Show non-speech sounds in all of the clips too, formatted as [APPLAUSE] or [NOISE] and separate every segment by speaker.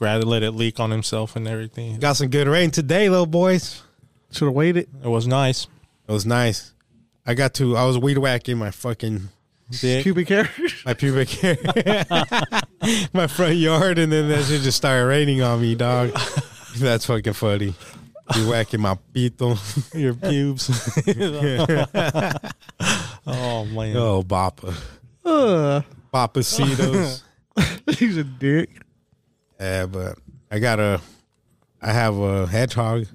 Speaker 1: rather let it leak on himself and everything.
Speaker 2: Got some good rain today, little boys.
Speaker 3: Should have waited.
Speaker 1: It was nice.
Speaker 2: It was nice. I got to. I was weed whacking my fucking
Speaker 1: Dick.
Speaker 3: Pubic hair.
Speaker 2: my pubic [LAUGHS] hair, my front yard, and then that shit just started raining on me, dog. [LAUGHS] That's fucking funny. You whacking my pito. [LAUGHS]
Speaker 1: Your pubes. [LAUGHS] oh man.
Speaker 2: Oh, Bappa.
Speaker 3: [LAUGHS] uh,
Speaker 2: Bapacitos.
Speaker 3: he's a dick.
Speaker 2: yeah, but I got a, I have a hedgehog.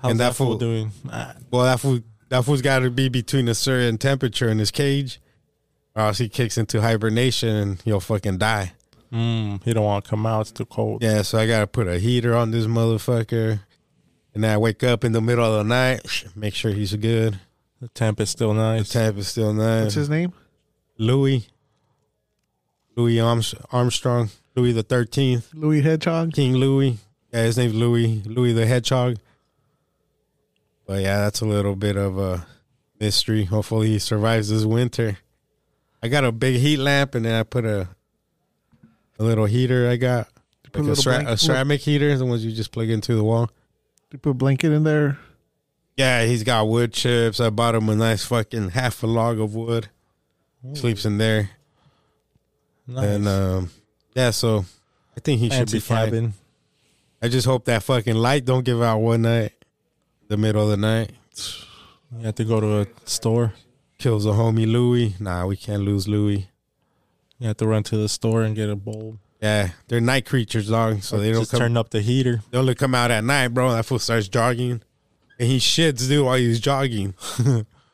Speaker 1: How's
Speaker 2: and that
Speaker 1: that fool
Speaker 2: fool-
Speaker 1: doing? Ah,
Speaker 2: Well, that fool, that fool's got to be between a certain temperature in his cage, or else he kicks into hibernation and he'll fucking die.
Speaker 1: Mm, he don't want to come out. It's too cold.
Speaker 2: Yeah, so I gotta put a heater on this motherfucker, and I wake up in the middle of the night, make sure he's good.
Speaker 1: The temp is still
Speaker 2: The
Speaker 1: nice.
Speaker 2: tap is still nice.
Speaker 3: What's his name?
Speaker 2: Louis, Louis Arms- Armstrong, Louis the Thirteenth,
Speaker 3: Louis Hedgehog.
Speaker 2: King Louis. Yeah, his name's Louis, Louis the Hedgehog. But yeah, that's a little bit of a mystery. Hopefully, he survives this winter. I got a big heat lamp, and then I put a a little heater I got, like
Speaker 3: Put
Speaker 2: a,
Speaker 3: little
Speaker 2: cera-
Speaker 3: blanket-
Speaker 2: a ceramic heater, the ones you just plug into the wall.
Speaker 3: You put a blanket in there.
Speaker 2: Yeah, he's got wood chips. I bought him a nice fucking half a log of wood. Sleeps in there.
Speaker 1: Nice.
Speaker 2: And um, yeah, so I think he
Speaker 1: Fancy
Speaker 2: should be fine.
Speaker 1: cabin.
Speaker 2: I just hope that fucking light don't give out one night, the middle of the night.
Speaker 1: You have to go to a store.
Speaker 2: Kills a homie Louis. Nah, we can't lose Louis.
Speaker 1: You have to run to the store and get a bulb.
Speaker 2: Yeah, they're night creatures, dog. So they don't
Speaker 1: Just
Speaker 2: come.
Speaker 1: turn up the heater.
Speaker 2: They only come out at night, bro. That fool starts jogging, and he shits dude while he's jogging. [LAUGHS]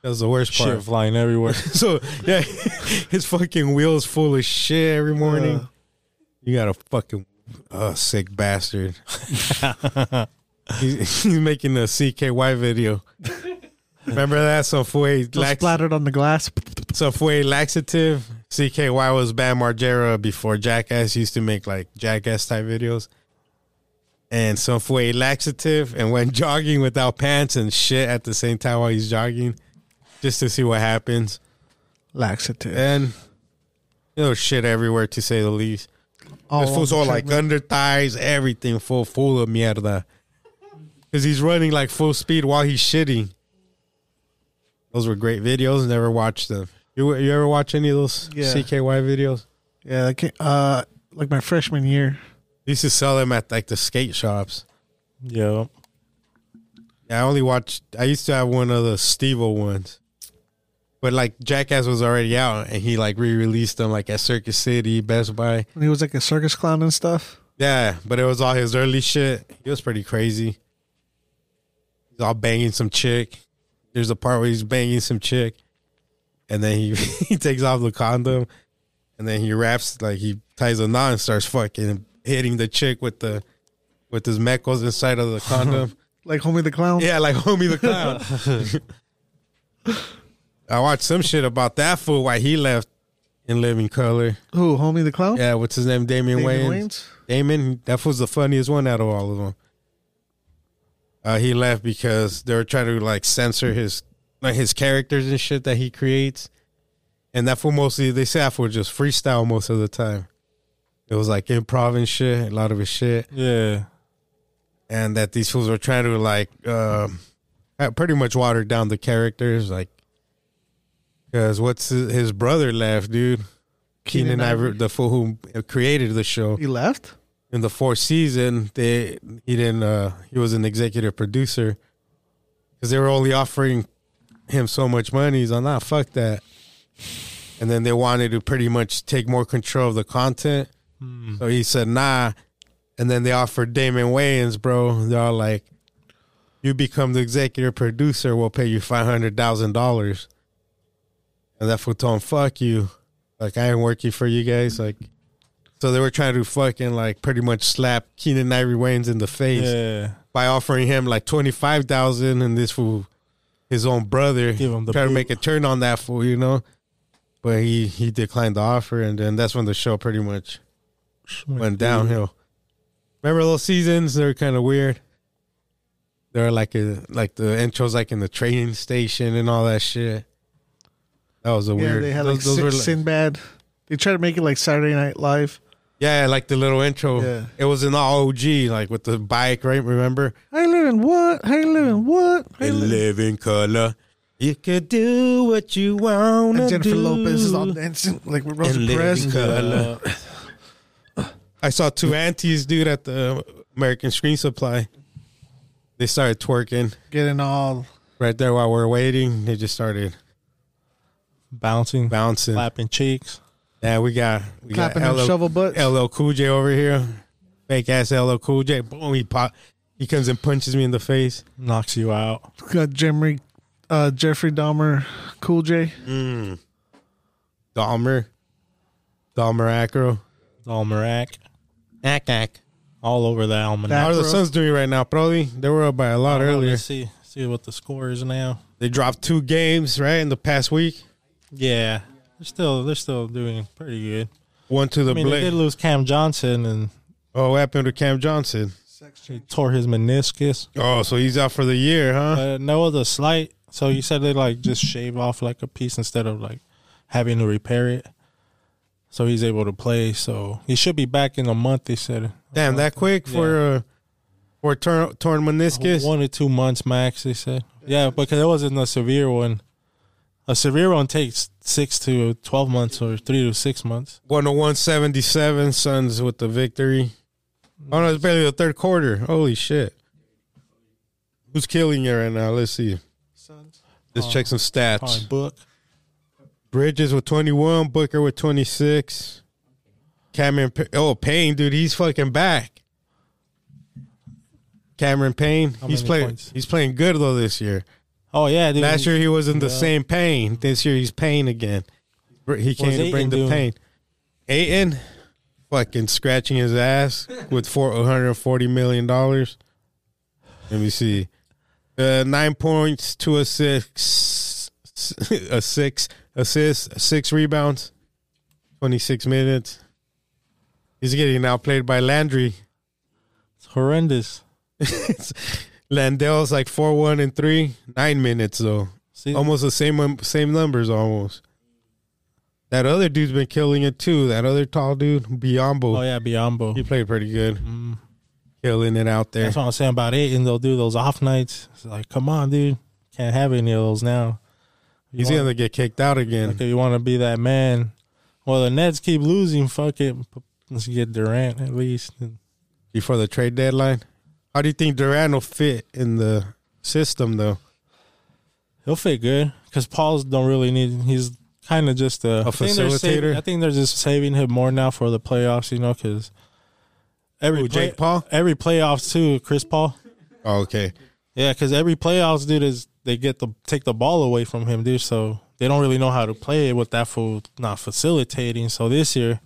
Speaker 2: That's the worst part.
Speaker 1: Shit flying
Speaker 2: [LAUGHS]
Speaker 1: everywhere. [LAUGHS]
Speaker 2: So yeah, his fucking wheels full of shit every morning.
Speaker 3: Uh.
Speaker 2: you got a fucking uh, sick bastard. [LAUGHS] he's, he's making a CKY video. Remember that? So Fue
Speaker 3: Just
Speaker 2: lax,
Speaker 3: splattered on the glass.
Speaker 2: so Fue laxative. CKY was Bam Margera before Jackass used to make like Jackass type videos. And so Fue laxative and went [LAUGHS] jogging without pants and shit at the same time while he's jogging, just to see what happens
Speaker 3: Laxative.
Speaker 2: and you know shit everywhere to say the least.
Speaker 3: All
Speaker 2: this fool's
Speaker 3: on
Speaker 2: all
Speaker 3: the
Speaker 2: like
Speaker 3: treadmill.
Speaker 2: under thighs, everything full full of mierda. Cause he's running like full speed while he's shitting. Those were great videos. Never watched them. You you ever watch any of those
Speaker 3: Yeah.
Speaker 2: CKY videos?
Speaker 3: Yeah, like uh, like my freshman year.
Speaker 2: They used to sell them at like the skate shops.
Speaker 1: yeah.
Speaker 2: I only watched. I used to have one of the Stevo ones, but like Jackass was already out, and he like re-released them like at Circus City, Best Buy.
Speaker 3: When he was like a circus clown and stuff.
Speaker 2: Yeah, but it was all his early shit. He was pretty crazy. He's all banging some chick. There's a part where he's banging some chick, and then he [LAUGHS] he takes off the condom, and then he wraps like he ties a knot and starts fucking hitting the chick with the with his mechos inside of the [LAUGHS] condom.
Speaker 3: Like Homie the Clown.
Speaker 2: yeah, like homie the [LAUGHS] clown. I watched some shit about that fool why he left in Living Color.
Speaker 3: Who? Homie the Clown?
Speaker 2: Yeah, what's his name? Damian, Wayans.
Speaker 3: Damon Wayans?
Speaker 2: Damon, that was the funniest one out of all of them. Uh, he left because they were trying to like censor his like his characters and shit that he creates, and that for mostly they say that for just freestyle most of the time. It was like improv and shit, a lot of his shit,
Speaker 1: Yeah.
Speaker 2: and that these fools were trying to like um, uh, pretty much water down the characters, like because what's his, his brother left, dude. Keenan,
Speaker 3: Keenan
Speaker 2: Ivory,
Speaker 3: Ivory.
Speaker 2: the fool who created the show
Speaker 3: He left?
Speaker 2: in the fourth season, they he didn't uh he was an executive producer because they were only offering him so much money. He's like, nah, fuck that. And then they wanted to pretty much take more control of the content. So he said, nah. And then they offered Damon Wayans, bro. They're all like, you become the executive producer, we'll pay you $500,000. And that fool told him, fuck you. Like, I ain't working for you guys. Like, so they were trying to fucking, like, pretty much slap Keenan Ivory Wayans in the face
Speaker 1: Yeah.
Speaker 2: by offering him like twenty five thousand, and this fool, his own brother,
Speaker 1: Give him the
Speaker 2: try to
Speaker 1: boot.
Speaker 2: make a turn on that fool, you know. But he he declined the offer, and then that's when the show pretty much went downhill. Remember those seasons? They were kind of weird. They were like a, like the intros, like in the train station and all that shit. That was a
Speaker 3: Yeah,
Speaker 2: weird.
Speaker 3: they had
Speaker 2: those-
Speaker 3: like
Speaker 2: those
Speaker 3: Sin-
Speaker 2: were
Speaker 3: Sinbad. They tried to make it like Saturday Night Live.
Speaker 2: Yeah, like the little intro.
Speaker 3: Yeah.
Speaker 2: It was in all OG, like with the bike, right? Remember?
Speaker 3: How you living? What? How you living? What? How you
Speaker 2: And
Speaker 3: living?
Speaker 2: live in color. You could do what you want
Speaker 3: And
Speaker 2: to
Speaker 3: Jennifer Lopez is all dancing like with Rosa
Speaker 2: And live in
Speaker 3: Perez.
Speaker 2: color.
Speaker 1: Uh,
Speaker 2: I saw two aunties, dude, at the American Screen Supply. They started twerking
Speaker 3: Getting all
Speaker 2: right there while we are waiting. They just started
Speaker 1: bouncing,
Speaker 2: bouncing.
Speaker 1: clapping cheeks.
Speaker 2: Yeah, we got we
Speaker 3: clapping
Speaker 2: got
Speaker 3: her
Speaker 2: LL,
Speaker 3: shovel butts.
Speaker 2: LL Cool J over here, fake ass LL Cool J. Boom, he pop. He comes and punches me in the face.
Speaker 1: Knocks you out.
Speaker 3: Got Jeffrey, uh, Jeffrey Dahmer, Cool J.
Speaker 2: Mm. Dahmer, Dahmer Acro.
Speaker 1: It's all Mirac.
Speaker 2: Ack ack.
Speaker 1: All over the
Speaker 2: How
Speaker 1: almanac.
Speaker 2: are the
Speaker 3: Acro.
Speaker 2: Suns doing right now, Brody? They were up by a lot
Speaker 1: Hold on,
Speaker 2: earlier.
Speaker 1: Let's see, see what the score is now.
Speaker 2: They dropped two games right in the past week.
Speaker 1: Yeah, they're still they're still doing pretty good.
Speaker 2: One to the
Speaker 1: I mean, they
Speaker 2: Blake.
Speaker 1: did lose Cam Johnson and
Speaker 2: oh, what happened to Cam Johnson?
Speaker 1: he tore his meniscus.
Speaker 2: Oh, so he's out for the year, huh?
Speaker 1: But no other slight. So you said they like just shave off like a piece instead of like having to repair it. So he's able to play. So he should be back in a month. They said
Speaker 2: Damn, that quick for uh, for a torn, torn meniscus.
Speaker 1: one or two months max. They said yeah, because it wasn't a severe one. A severe one takes six to twelve months or three to six months.
Speaker 2: 101-77, Suns with the victory. Oh no, it's barely the third quarter. Holy shit. Who's killing you right now? Let's see. Let's check some
Speaker 1: Oh. Probably
Speaker 2: stats.
Speaker 1: book.
Speaker 2: Bridges with 21, Booker with 26. Cameron Pa- Oh, Payne, dude, he's fucking back. Cameron Payne,
Speaker 1: How
Speaker 2: he's
Speaker 1: many
Speaker 2: playing
Speaker 1: points?
Speaker 2: he's playing good though this year.
Speaker 1: Oh yeah, dude.
Speaker 2: Last year he was in the
Speaker 1: Yeah.
Speaker 2: same pain. This year he's pain again. Br- He came to
Speaker 1: Ayton
Speaker 2: bring the
Speaker 1: doing?
Speaker 2: pain. Aiton fucking scratching his ass with four hundred forty million dollars. Let me see. Uh, nine points, two assists, a six assists, six rebounds, twenty six minutes. He's getting outplayed by Landry. [LAUGHS]
Speaker 1: It's horrendous.
Speaker 2: Landell's like four one and three, nine minutes though.
Speaker 1: See,
Speaker 2: almost the same same numbers almost. That other dude's been killing it too. That other tall dude, Biombo,
Speaker 1: oh yeah, Biombo.
Speaker 2: he played pretty good,
Speaker 1: Mm.
Speaker 2: killing it out there.
Speaker 1: That's what I'm saying about it. And they'll do those off nights. It's like, come on, dude. Can't have any of those now. You
Speaker 2: He's
Speaker 1: want-
Speaker 2: gonna get kicked out again.
Speaker 1: like, if you want to be that man. Well, the Nets keep losing. Fuck it. P- Let's get Durant at least. And
Speaker 2: before the trade deadline. How do you think Durant will fit in the system though?
Speaker 1: he'll fit good because Paul's don't really need. He's kind of just a,
Speaker 2: A
Speaker 1: I think they're saving-
Speaker 2: facilitator?
Speaker 1: I think they're just saving him more now for the playoffs. You know, because every
Speaker 2: Who, Jake
Speaker 1: play-
Speaker 2: Paul?
Speaker 1: every playoffs too. Chris Paul.
Speaker 2: Oh, okay.
Speaker 1: Yeah, because every playoffs, dude, is they get the take the ball away from him, dude. So they don't really know how to play it with that fool not facilitating. So this year,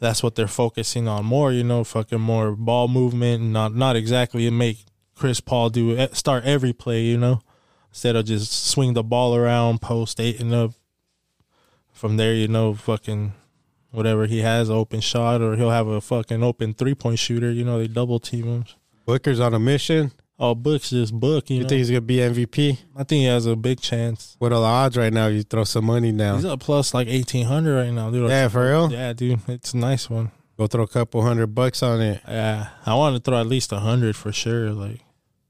Speaker 1: that's what they're focusing on more. You know, fucking more ball movement, and not not exactly make Chris Paul do e, start every play. You know, instead of just swing the ball around, post eight and up. From there, you know, fucking whatever he has open shot, or he'll have a fucking open three point shooter. You know, they double team him.
Speaker 2: Booker's on a mission.
Speaker 1: Oh, Book's just Book. You,
Speaker 2: You
Speaker 1: know?
Speaker 2: think he's gonna be MVP?
Speaker 1: I think he has a big chance.
Speaker 2: What are the odds right now? You throw some money
Speaker 1: He's
Speaker 2: down.
Speaker 1: up plus like eighteen hundred right now, dude.
Speaker 2: Yeah, for real.
Speaker 1: Yeah, dude, it's a nice one.
Speaker 2: Go throw a couple hundred bucks on it.
Speaker 1: Yeah, I want to throw at least a hundred for sure. Like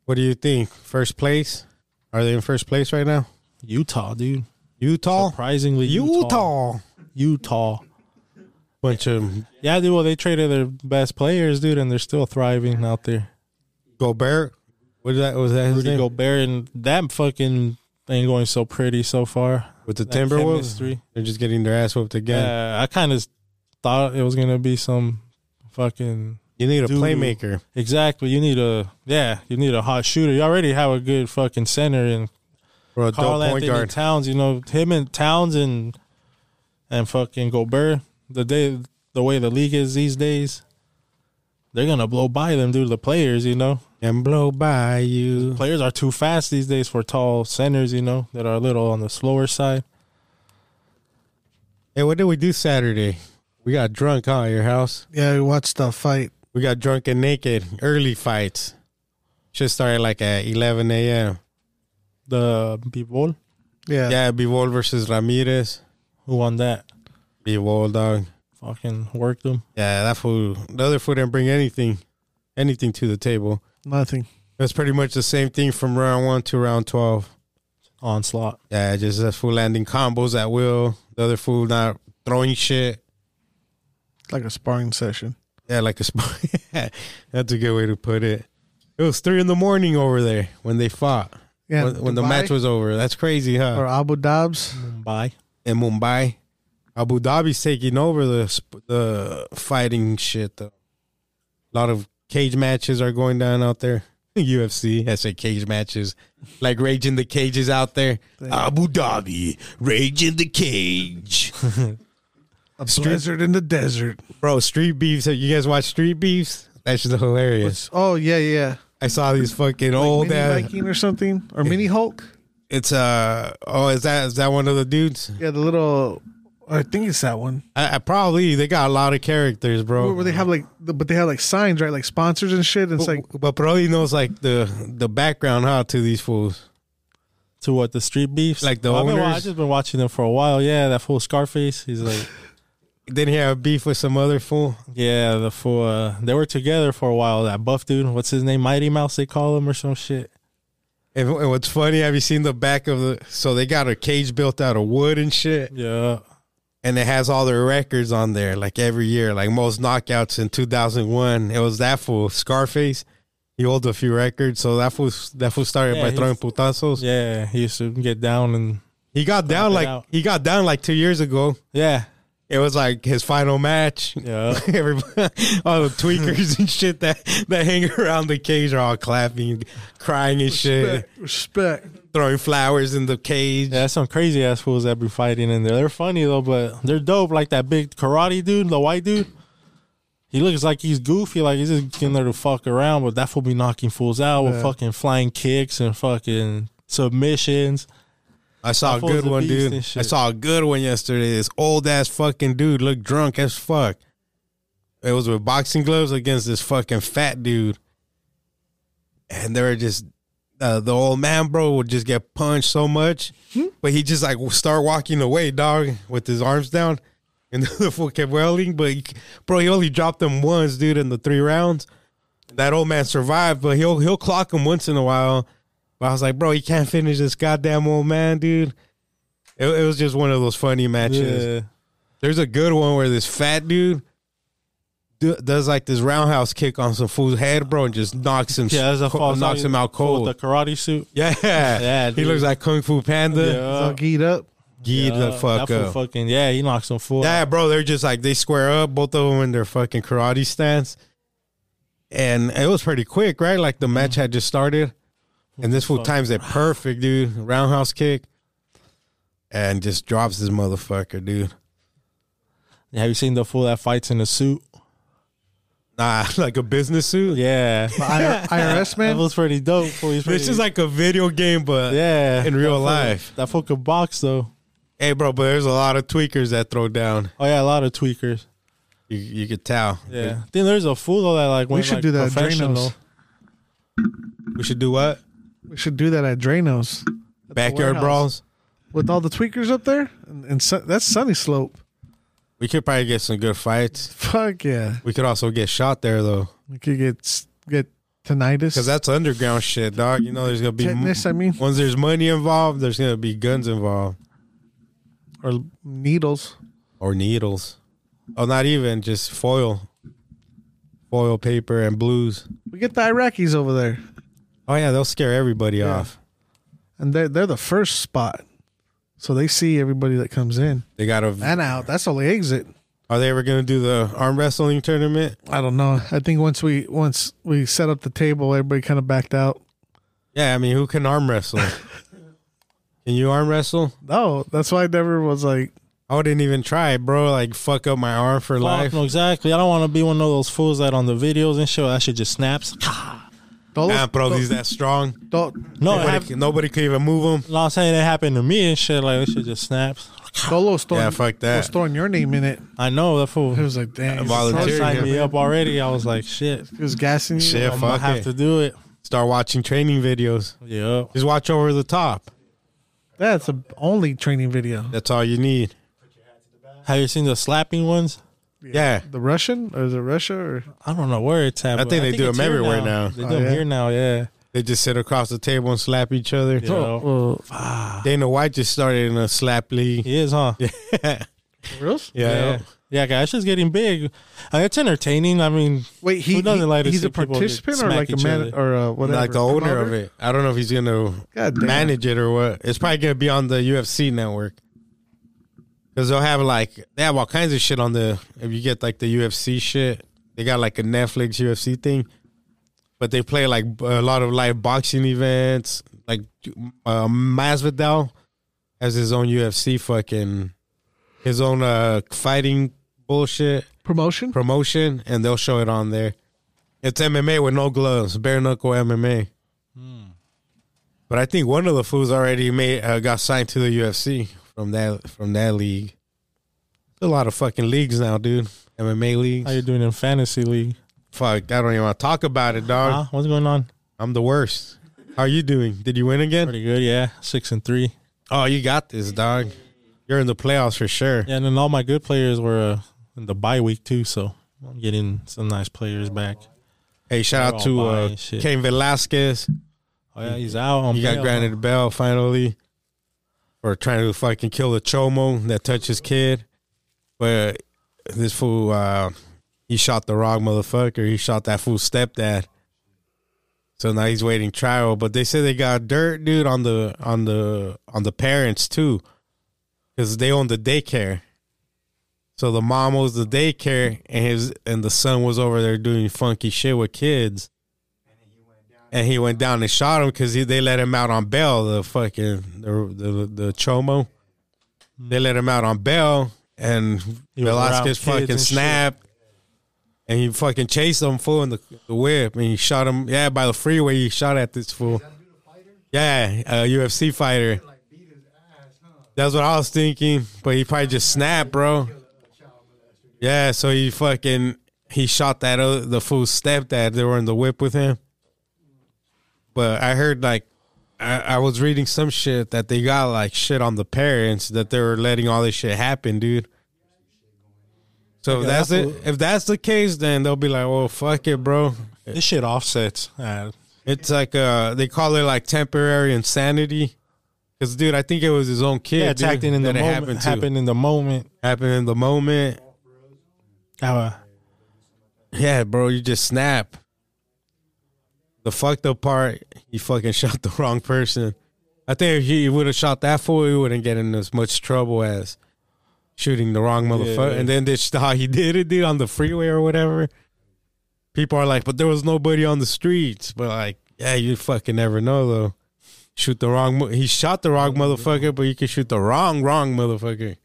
Speaker 2: What do you think? First place? Are they in first place right now?
Speaker 1: Utah, dude.
Speaker 2: Utah.
Speaker 1: Surprisingly, Utah,
Speaker 2: Utah.
Speaker 1: Utah.
Speaker 2: Bunch of
Speaker 1: Yeah, dude. Well, they traded their best players, dude, and they're still thriving out there.
Speaker 2: Gobert. What is that? Was that his
Speaker 1: Rudy
Speaker 2: name?
Speaker 1: Gobert and that fucking ain't going so pretty so far.
Speaker 2: With the
Speaker 1: That
Speaker 2: Timberwolves,
Speaker 1: chemistry.
Speaker 2: they're just getting their ass whooped again.
Speaker 1: Yeah, I kind of thought it was gonna be some fucking
Speaker 2: You need a
Speaker 1: Doo-doo.
Speaker 2: playmaker.
Speaker 1: Exactly. You need a yeah. You need a hot shooter. You already have a good fucking center and
Speaker 2: Or a
Speaker 1: Carl
Speaker 2: dope point
Speaker 1: Anthony
Speaker 2: guard.
Speaker 1: Towns. You know him and Towns and and fucking Gobert. The day the way the league is these days, they're gonna blow by them, dude. The players, you know,
Speaker 2: and blow by you.
Speaker 1: players are too fast these days for tall centers. You know that are a little on the slower side.
Speaker 2: Hey, what did we do Saturday? We got drunk, huh, at your house?
Speaker 3: Yeah, we watched the fight.
Speaker 2: We got drunk and naked. Early fights. Shit started like at 11 a.m.
Speaker 1: The Bivol
Speaker 3: Yeah,
Speaker 2: Yeah, Bivol versus Ramirez.
Speaker 1: who won that?
Speaker 2: Bivol, dog.
Speaker 1: Fucking worked him.
Speaker 2: Yeah, that fool. The other fool didn't bring anything, anything to the table.
Speaker 3: Nothing.
Speaker 2: It was pretty much the same thing from round one to round twelve.
Speaker 1: Onslaught.
Speaker 2: Yeah, just that fool landing combos at will. The other fool not throwing shit.
Speaker 3: Like a sparring session.
Speaker 2: Yeah, like a spy. [LAUGHS] That's a good way to put it. It was three in the morning over there when they fought.
Speaker 3: Yeah.
Speaker 2: when, when the
Speaker 3: Dubai
Speaker 2: match was uh, over. That's crazy, huh?
Speaker 3: or Abu Dhabs.
Speaker 1: Mumbai.
Speaker 2: in Mumbai. Abu Dhabi's taking over the sp- the fighting shit. Though. A lot of cage matches are going down out there. [LAUGHS] UFC, I say cage matches, like Rage in the Cages out there. Abu Dhabi, Rage in the Cage,
Speaker 3: A blizzard in the desert.
Speaker 2: bro. Street beefs. Have you guys watch Street beefs? That's just hilarious.
Speaker 3: Oh yeah, yeah.
Speaker 2: I saw these fucking old uh,
Speaker 3: Mini
Speaker 2: ass.
Speaker 3: Viking or something or Mini Hulk.
Speaker 2: It's uh oh, is that is that one of the dudes?
Speaker 3: Yeah, the little. I think it's that one.
Speaker 2: I, I probably they got a lot of characters, bro.
Speaker 3: Where they have like, the- but they have like signs, right? Like sponsors and shit. And it's like,
Speaker 2: but, but Broly knows like the the background how to these fools.
Speaker 1: To what the street beefs?
Speaker 2: Like the
Speaker 1: I've been wa-
Speaker 2: owners?
Speaker 1: I've just been watching them for a while. Yeah, that fool Scarface. He's like,
Speaker 2: Then he had beef with some other fool.
Speaker 1: yeah, the fool. Uh, they were together for a while. That buff dude. What's his name? Mighty Mouse. They call him or some shit.
Speaker 2: And, and what's funny, have you seen the back of the? So they got a cage built out of wood and shit,
Speaker 1: Yeah.
Speaker 2: and it has all their records on there. Like every year, like most knockouts in two thousand one, it was that fool Scarface. He holds a few records, so that fool that fool started
Speaker 1: Yeah,
Speaker 2: by
Speaker 1: he's-
Speaker 2: throwing putazos.
Speaker 1: Yeah. He used to get down and
Speaker 2: He got down
Speaker 1: it
Speaker 2: like
Speaker 1: out.
Speaker 2: he got down like two years ago.
Speaker 1: yeah,
Speaker 2: It was like his final match.
Speaker 1: yeah.
Speaker 2: [LAUGHS] Everybody, all the tweakers and shit that, that hang around the cage are all clapping, crying and shit,
Speaker 3: respect, respect.
Speaker 2: throwing flowers in the cage.
Speaker 1: Yeah, that's some crazy ass fools that be fighting in there. They're funny though, but they're dope. Like that big karate dude, the white dude. He looks like he's goofy, like he's just in there to fuck around, but that fool be knocking fools out with
Speaker 3: Yeah.
Speaker 1: fucking flying kicks and fucking submissions.
Speaker 2: I saw a
Speaker 1: That fool's
Speaker 2: good
Speaker 1: a
Speaker 2: one,
Speaker 1: beast
Speaker 2: dude. I
Speaker 1: and shit.
Speaker 2: saw a good one yesterday. This old ass fucking dude looked drunk as fuck. It was with boxing gloves against this fucking fat dude, and they were just uh, the old man, bro, would just get punched so much,
Speaker 1: Hmm?
Speaker 2: but he just like would start walking away, dog, with his arms down, and [LAUGHS] the other fool kept wailing. But he- bro, he only dropped him once, dude, in the three rounds. That old man survived, but he'll he'll clock him once in a while. But I was like, bro, you can't finish this goddamn old man, dude. It, it was just one of those funny matches.
Speaker 1: Yeah.
Speaker 2: There's a good one where this fat dude do, does like this roundhouse kick on some fool's head, bro, and just knocks him.
Speaker 1: Yeah, that's a
Speaker 2: co-
Speaker 1: false.
Speaker 2: knocks him out cold.
Speaker 1: With the karate suit.
Speaker 2: [LAUGHS] yeah,
Speaker 1: Yeah,
Speaker 2: He
Speaker 1: dude.
Speaker 2: looks like Kung Fu Panda.
Speaker 3: It's all geared up.
Speaker 2: Geed the fuck
Speaker 1: that fool
Speaker 2: up.
Speaker 1: fucking yeah, he knocks some fool. out.
Speaker 2: Yeah, bro, they're just like they square up, both of them in their fucking karate stance. And it was pretty quick, right? Like the match had just started. And this fool times it perfect, dude. Roundhouse kick. And just drops this motherfucker, dude.
Speaker 1: Have you seen the fool that fights in a suit?
Speaker 2: Nah, [LAUGHS] like a business suit. [LAUGHS]
Speaker 1: Yeah,
Speaker 3: The I- IRS
Speaker 1: that
Speaker 3: man.
Speaker 1: was pretty dope. Fool. He's pretty,
Speaker 2: This is like a video game, but
Speaker 1: yeah,
Speaker 2: in real
Speaker 1: That fool-
Speaker 2: life.
Speaker 1: That fool could box though.
Speaker 2: Hey, bro, but there's a lot of tweakers that throw down.
Speaker 1: Oh yeah, a lot of tweakers.
Speaker 2: You, you could tell.
Speaker 1: Yeah. Then there's a fool though that like went
Speaker 3: We should
Speaker 1: like,
Speaker 3: do that at
Speaker 1: professional.
Speaker 3: Drano's.
Speaker 2: We should do what?
Speaker 3: We should do that at Drano's
Speaker 2: Backyard
Speaker 3: warehouse.
Speaker 2: brawls.
Speaker 3: with all the tweakers up there, and, and sun, that's Sunny Slope.
Speaker 2: We could probably get some good fights.
Speaker 3: Fuck yeah,
Speaker 2: We could also get shot there though,
Speaker 3: we could get s- get tinnitus,
Speaker 2: because that's underground shit, dog. You know, there's gonna be
Speaker 3: tetanus. I mean,
Speaker 2: once there's money involved, there's gonna be guns involved
Speaker 3: or needles.
Speaker 2: or needles. Oh, not even just foil, foil paper and blues.
Speaker 3: We get the Iraqis over there,
Speaker 2: Oh yeah, they'll scare everybody
Speaker 3: Yeah.
Speaker 2: off.
Speaker 3: and they're they're the first spot, so they see everybody that comes in
Speaker 2: They got to
Speaker 1: Ah.
Speaker 3: and out. That's the only exit.
Speaker 2: Are they ever gonna do the arm wrestling tournament?
Speaker 3: I don't know. I think once we once we set up the table, everybody kind of backed out.
Speaker 2: Yeah, I mean, who can
Speaker 1: [LAUGHS]
Speaker 2: arm wrestle? can you arm wrestle?
Speaker 3: No, that's why I never was like
Speaker 2: I wouldn't even try, bro. Like fuck up my arm for
Speaker 1: Fuck,
Speaker 2: life.
Speaker 1: no, exactly. I don't want to be one of those fools that on the videos and shit. That shit just
Speaker 2: [LAUGHS]
Speaker 1: snaps.
Speaker 3: don't
Speaker 2: Nah,
Speaker 3: look,
Speaker 2: bro, he's that strong.
Speaker 3: don't,
Speaker 1: No, it
Speaker 2: Nobody,
Speaker 1: hap-
Speaker 2: can- nobody could even move him.
Speaker 1: no, I'm saying it happened to me and shit. Like that shit just snaps.
Speaker 3: Dolo's throwing,
Speaker 2: Yeah, fuck
Speaker 3: was
Speaker 2: that.
Speaker 3: throwing your name in it.
Speaker 1: I know that fool.
Speaker 3: It was like, damn,
Speaker 2: volunteered
Speaker 3: he
Speaker 1: signed
Speaker 2: him.
Speaker 1: me up already. I was like, shit,
Speaker 3: was gassing you.
Speaker 2: Shit. Yeah,
Speaker 1: I'm gonna
Speaker 2: fuck
Speaker 1: have
Speaker 2: it.
Speaker 1: to do it.
Speaker 2: Start watching training videos.
Speaker 1: Yeah,
Speaker 2: Just watch over the top.
Speaker 3: That's the only training video.
Speaker 2: That's all you need.
Speaker 1: Have you seen the slapping ones?
Speaker 2: Yeah.
Speaker 3: The Russian or is it Russia or
Speaker 1: I don't know where it's at.
Speaker 2: I
Speaker 1: but
Speaker 2: think they do
Speaker 1: it's
Speaker 2: them
Speaker 1: here
Speaker 2: everywhere now.
Speaker 1: They
Speaker 3: Oh,
Speaker 1: do them
Speaker 3: yeah?
Speaker 1: here now. Yeah.
Speaker 2: They just sit across the table and slap each other.
Speaker 1: You know.
Speaker 3: well,
Speaker 2: Dana White just started in a slap league. [LAUGHS]
Speaker 1: He is, huh?
Speaker 2: Yeah.
Speaker 3: for reals?
Speaker 1: Yeah. Yeah, guys, it's just getting big. Uh, it's entertaining. I mean,
Speaker 3: Wait, he,
Speaker 1: Who doesn't
Speaker 3: he-
Speaker 1: like to
Speaker 3: he's
Speaker 1: see
Speaker 3: a
Speaker 1: people get
Speaker 3: participant or
Speaker 1: smack
Speaker 3: like a
Speaker 1: each
Speaker 3: man
Speaker 1: other?
Speaker 3: or uh whatever.
Speaker 2: Like the owner of it. I don't know if he's going to
Speaker 3: God damn.
Speaker 2: manage it or what. It's probably going to be on the UFC network. Because they'll have like, they have all kinds of shit on the, if you get like the UFC shit, they got like a Netflix UFC thing. But they play like a lot of live boxing events. Like uh, Masvidal has his own UFC fucking, his own uh, fighting bullshit.
Speaker 3: promotion.
Speaker 2: promotion and they'll show it on there. It's MMA with no gloves, bare knuckle MMA.
Speaker 1: Hmm.
Speaker 2: But I think one of the fools already made uh, got signed to the UFC from that from that league. There's a lot of fucking leagues now, dude. MMA leagues.
Speaker 1: how you doing in fantasy league?
Speaker 2: Fuck, I don't even want to talk about it, dog.
Speaker 1: Huh? What's going on?
Speaker 2: I'm the worst. How are you doing? Did you win again?
Speaker 1: Pretty good, yeah. Six and three.
Speaker 2: Oh, you got this, dog. You're in the playoffs for sure.
Speaker 1: Yeah, and then all my good players were uh, in the bye week too, so I'm getting some nice players back.
Speaker 2: Hey, shout out
Speaker 1: They're
Speaker 2: to
Speaker 1: all
Speaker 2: uh,
Speaker 1: buying shit.
Speaker 2: Cain Velasquez.
Speaker 1: Oh yeah, he's out. On
Speaker 2: You got
Speaker 1: bail.
Speaker 2: granted bail finally for trying to fucking kill the chomo that touched his kid. But this fool, uh, he shot the wrong motherfucker. He shot that fool's stepdad. So now he's waiting trial. But they said they got dirt, dude, on the on the on the parents too, because they owned the daycare. So the mom owns the daycare, and his and the son was over there doing funky shit with kids and he went down and shot him because they let him out on bail. The fucking the the, the chomo, they let him out on bail, and
Speaker 1: was around
Speaker 2: Velasquez
Speaker 1: kids
Speaker 2: fucking
Speaker 1: and shit.
Speaker 2: snapped, and he fucking chased him fool in the, the whip, and he shot him. Yeah, by the freeway, he shot at this fool. Yeah, a UFC fighter. That's what I was thinking, but he probably just snapped, bro. Yeah, so he fucking he shot that other, the fool's stepdad. They were in the whip with him but I heard like I, I was reading some shit that they got like shit on the parents that they were letting all this shit happen, dude. So if
Speaker 1: Yeah,
Speaker 2: that's
Speaker 1: that's
Speaker 2: it, if that's the case, then they'll be like, "Well, fuck it, bro."
Speaker 1: This shit offsets. Uh,
Speaker 2: It's like uh, they call it like temporary insanity. Cause, dude, I think it was his own kid.
Speaker 1: yeah, it's
Speaker 2: dude,
Speaker 1: acting in the
Speaker 2: that it
Speaker 1: moment.
Speaker 2: happened
Speaker 1: Happened,
Speaker 2: to.
Speaker 1: in the moment.
Speaker 2: Happened in the moment.
Speaker 1: Uh,
Speaker 2: Yeah, bro, you just snap. The fucked up part, he fucking [LAUGHS] shot the wrong person. I think if he would have shot that fool, he wouldn't get in as much trouble as shooting the wrong motherfucker.
Speaker 1: Yeah.
Speaker 2: And then this [LAUGHS] how he did it, dude, on the freeway or whatever. People are like, but there was nobody on the streets. But like, yeah, you fucking never know though. Shoot the wrong. mo- He shot the wrong motherfucker, but you can shoot the wrong, wrong motherfucker.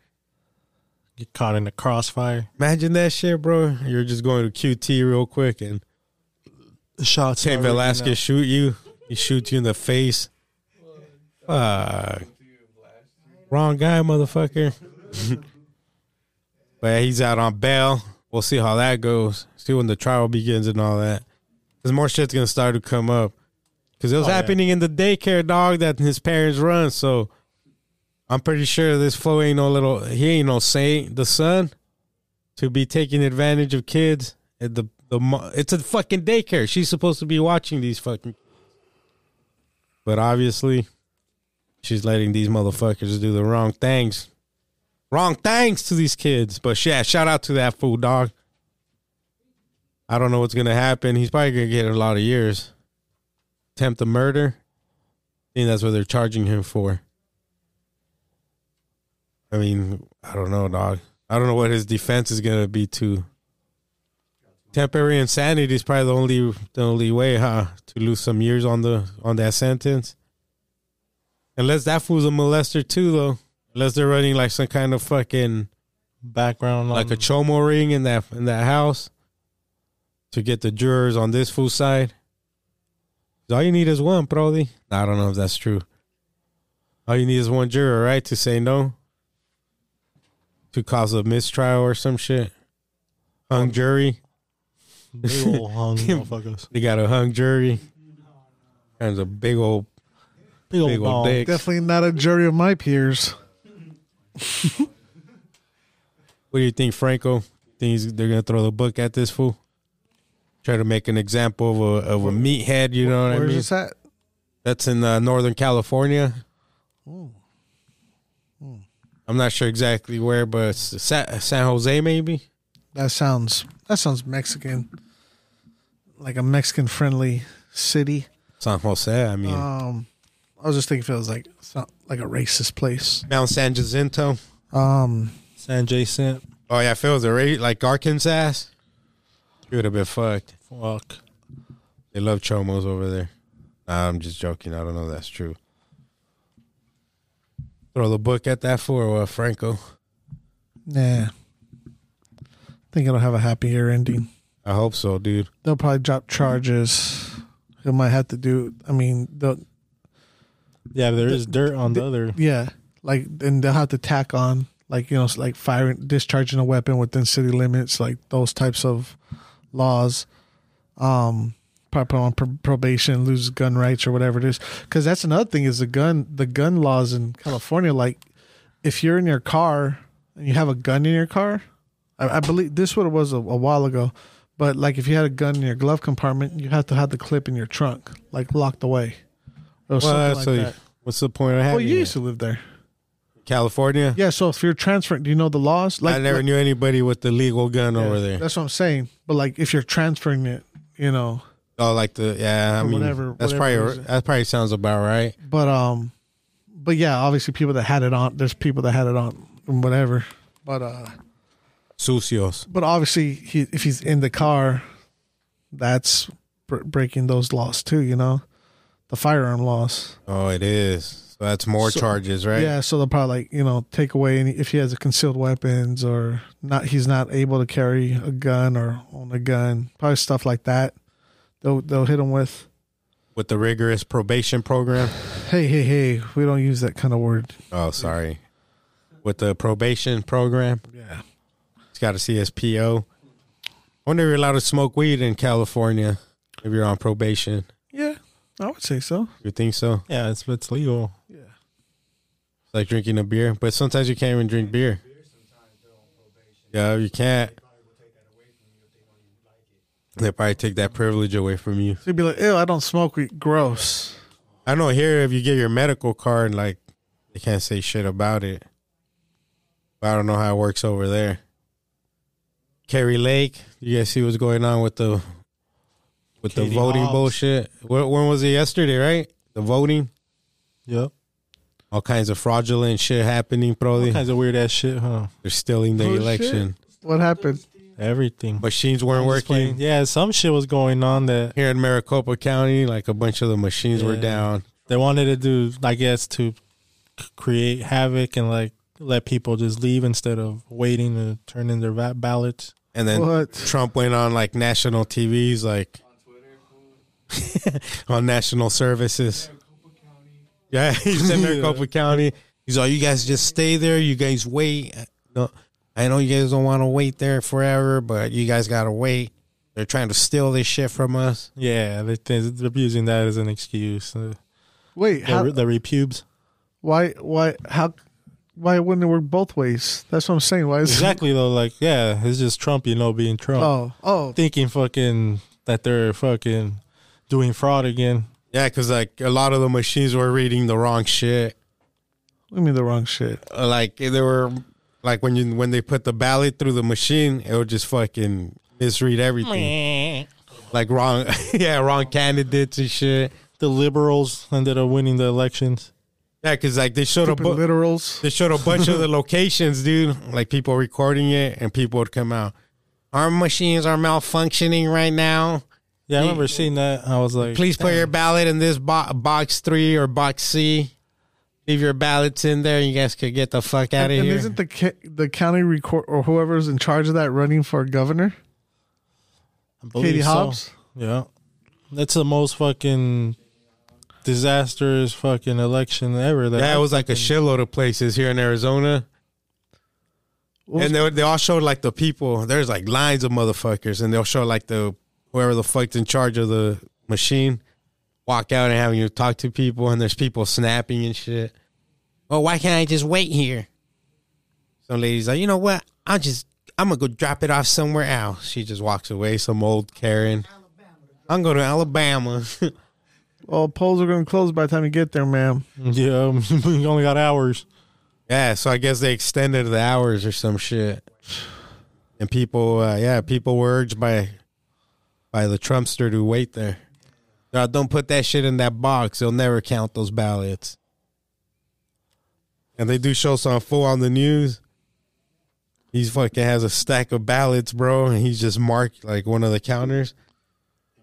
Speaker 1: get caught in the crossfire.
Speaker 2: Imagine that shit, bro. You're just going to QT real quick and
Speaker 1: The shots.
Speaker 2: Cain
Speaker 1: already
Speaker 2: Velasquez
Speaker 1: now.
Speaker 2: shoot you. He shoots you in the face. Fuck. Wrong guy, motherfucker. but he's out on bail. We'll see how that goes. See when the trial begins and all that. Cause more shit's gonna start to come up. Cause it was
Speaker 1: Oh, yeah.
Speaker 2: happening in the daycare dog that his parents run. So I'm pretty sure this fool ain't no little. He ain't no saint. The son to be taking advantage of kids. And the the mo- it's a fucking daycare. She's supposed to be watching these fucking. But obviously, she's letting these motherfuckers do the wrong things. Wrong things to these kids. But yeah, shout out to that fool dog. I don't know what's gonna happen. He's probably gonna get a lot of years. Attempt to murder. I think that's what they're charging him for. I mean, I don't know, dog. I don't know what his defense is gonna be too. Temporary insanity is probably the only the only way, huh? To lose some years on the on that sentence. Unless that fool's a molester too, though. Unless they're running like some kind of fucking
Speaker 1: Background
Speaker 2: like
Speaker 1: on,
Speaker 2: a
Speaker 3: Um,
Speaker 2: chomo ring in that in that house to get the jurors on this fool side. All you need is one, probably. I don't know if that's true. All you need is one juror, right, to say no. To cause a mistrial or some shit.
Speaker 3: Um,
Speaker 2: Hung jury.
Speaker 1: [LAUGHS] big
Speaker 2: [LAUGHS]
Speaker 1: old hung motherfuckers.
Speaker 2: They got a hung jury. Kinds of big old
Speaker 1: Big old,
Speaker 2: big old
Speaker 1: ball.
Speaker 2: dicks.
Speaker 3: Definitely not a jury of my peers.
Speaker 2: What do you think, Franco? Think he's, they're gonna throw the book at this fool? Try to make an example of a of a meathead. You know what I
Speaker 3: Where's
Speaker 2: mean?
Speaker 3: this at?
Speaker 2: That's in uh, Northern California.
Speaker 3: Ooh.
Speaker 1: Hmm.
Speaker 2: I'm not sure exactly where, but it's Sa- San Jose maybe.
Speaker 3: That sounds that sounds Mexican. Like a Mexican friendly city.
Speaker 2: San Jose. I mean,
Speaker 1: Uh,
Speaker 3: Um I was just thinking if it was like it's not like a racist place.
Speaker 2: Mount San Jacinto.
Speaker 3: Um
Speaker 1: San Jacinto.
Speaker 2: Oh yeah, if it was a ra- like Arkansas, you would have been fucked.
Speaker 1: Fuck.
Speaker 2: They love chomos over there. Nah, I'm just joking. I don't know if that's true. Throw the book at that for uh, Franco.
Speaker 3: nah. think it'll have a happier ending.
Speaker 2: I hope so, dude.
Speaker 3: They'll probably drop charges. They might have to do I mean they'll
Speaker 1: Yeah, there is dirt on the other.
Speaker 3: yeah. Like and they'll have to tack on like you know, like firing discharging a weapon within city limits, like those types of laws. um probably put on pr- probation lose gun rights or whatever it is because that's another thing is the gun the gun laws in california like if you're in your car and you have a gun in your car i, I believe this what it was a, a while ago but like if you had a gun in your glove compartment you have to have the clip in your trunk like locked away or
Speaker 2: Well,
Speaker 3: something
Speaker 2: so
Speaker 3: like that.
Speaker 2: what's the point of having
Speaker 3: well you
Speaker 2: it?
Speaker 3: used to live there
Speaker 2: California?
Speaker 3: yeah so if you're transferring do you know the laws like
Speaker 2: I never knew anybody with the legal gun over there.
Speaker 3: that's what i'm saying but like if you're transferring it you know
Speaker 2: Oh, like the yeah. I
Speaker 3: Or
Speaker 2: mean,
Speaker 3: whatever-
Speaker 2: that's
Speaker 3: whatever
Speaker 2: probably
Speaker 3: reason.
Speaker 2: that probably sounds about right.
Speaker 3: But um, but yeah, obviously people that had it on. There's people that had it on and whatever. But uh,
Speaker 2: Sucios.
Speaker 3: but obviously he if he's in the car, that's br- breaking those laws too. You know, the firearm laws.
Speaker 2: Oh, it is. So that's more
Speaker 3: So-
Speaker 2: charges, right?
Speaker 3: Yeah, so they'll probably like you know take away any if he has a concealed weapons or not. He's not able to carry a gun or own a gun. Probably stuff like that. They'll they'll hit him with.
Speaker 2: With the rigorous probation program.
Speaker 3: Hey hey hey, we don't use that kind of word.
Speaker 2: Oh, sorry. With the probation program.
Speaker 3: Yeah.
Speaker 2: It's got a CSPO. I wonder if you're allowed to smoke weed in California if you're on probation.
Speaker 3: Yeah, I would say so.
Speaker 2: You think so?
Speaker 1: Yeah, it's it's legal.
Speaker 3: Yeah.
Speaker 2: It's like drinking a beer, but sometimes you can't even drink beer. Yeah, you can't. They probably take that privilege away from you.
Speaker 3: So you'd be like, ew, I don't smoke weed. Gross.
Speaker 2: I know here if you get your medical card, like they can't say shit about it. But I don't know how it works over there. Kerry Lake, you guys see what's going on with the with
Speaker 1: Katie
Speaker 2: the voting
Speaker 1: Hobbs.
Speaker 2: bullshit. When, when was it yesterday? Right, the voting,
Speaker 1: Yep.
Speaker 2: all kinds of fraudulent shit happening. Probably
Speaker 1: All kinds Oh, of weird ass shit, huh?
Speaker 2: they're stealing the
Speaker 3: Bullshit.
Speaker 2: election.
Speaker 3: What happened?
Speaker 1: Everything.
Speaker 2: Machines weren't
Speaker 1: I'm just
Speaker 2: working.
Speaker 1: playing. Yeah, some shit was going on that
Speaker 2: Here in Maricopa County, like a bunch of the machines were
Speaker 1: Yeah.
Speaker 2: down.
Speaker 1: they wanted to do, I guess, to c- create havoc and like let people just leave instead of waiting to turn in their va- ballots.
Speaker 2: And then
Speaker 3: What?
Speaker 2: Trump went on like national TVs, like [LAUGHS] on national services. Yeah, [LAUGHS] he's in Maricopa County. He's all, you guys just stay there. You guys wait. No, I know you guys don't want to wait there forever, but you guys gotta wait. They're trying to steal this shit from us.
Speaker 1: Yeah, they th- they're using that as an excuse. Uh,
Speaker 3: Wait,
Speaker 1: The,
Speaker 3: how,
Speaker 1: re- the
Speaker 3: [LAUGHS]
Speaker 1: repubes.
Speaker 3: why? Why? How? Why wouldn't it work both ways? That's what I'm saying. Why is
Speaker 1: Exactly though, like yeah, it's just Trump, you know, being Trump,
Speaker 3: Oh, oh,
Speaker 1: thinking fucking that they're fucking doing fraud again.
Speaker 2: Yeah, because like a lot of the machines were reading the wrong shit.
Speaker 3: we mean the wrong shit.
Speaker 2: Uh, Like they were, like when you when they put the ballot through the machine, it would just fucking misread everything. Like wrong, [LAUGHS] yeah, wrong candidates and shit.
Speaker 1: The liberals ended up winning the elections.
Speaker 2: Yeah, because like they showed a
Speaker 3: Stupid
Speaker 2: bu-
Speaker 3: literals.
Speaker 2: they showed a bunch
Speaker 3: [LAUGHS]
Speaker 2: of the locations, dude. Like people recording it, and people would come out. Our machines are malfunctioning right now.
Speaker 1: Yeah, I remember seeing that. I was like,
Speaker 2: Please put your ballot in this bo- box three or box C. Leave your ballots in there. You guys could get the fuck out
Speaker 3: And,
Speaker 2: of
Speaker 3: and
Speaker 2: here.
Speaker 3: isn't the ca- the county record or whoever's in charge of that running for governor?
Speaker 1: I believe
Speaker 3: Katie
Speaker 1: so.
Speaker 3: Hobbs.
Speaker 1: Yeah, that's the most fucking disastrous fucking election ever. That
Speaker 2: yeah, it was like a shitload of places here in Arizona.
Speaker 3: What was-
Speaker 2: and they, they all showed like the people. There's like lines of motherfuckers, and they'll show like the whoever the fuck's in charge of the machine walk out and having you talk to people, and there's people snapping and shit. Well, why can't I just wait here? Some ladies like, you know what? I'll just I'm gonna go drop it off somewhere else. She just walks away. Some old Karen. I'm going to Alabama. [LAUGHS]
Speaker 3: Well, polls are going to close by the time you get there, ma'am.
Speaker 1: [LAUGHS] Yeah, you only got hours.
Speaker 2: yeah, so I guess they extended the hours or some shit. And people, uh, yeah, people were urged by by the Trumpster to wait there. No, don't put that shit in that box. They'll never count those ballots. And they do show some fool on the news. He's fucking has a stack of ballots, bro, and he's just marked like one of the counters.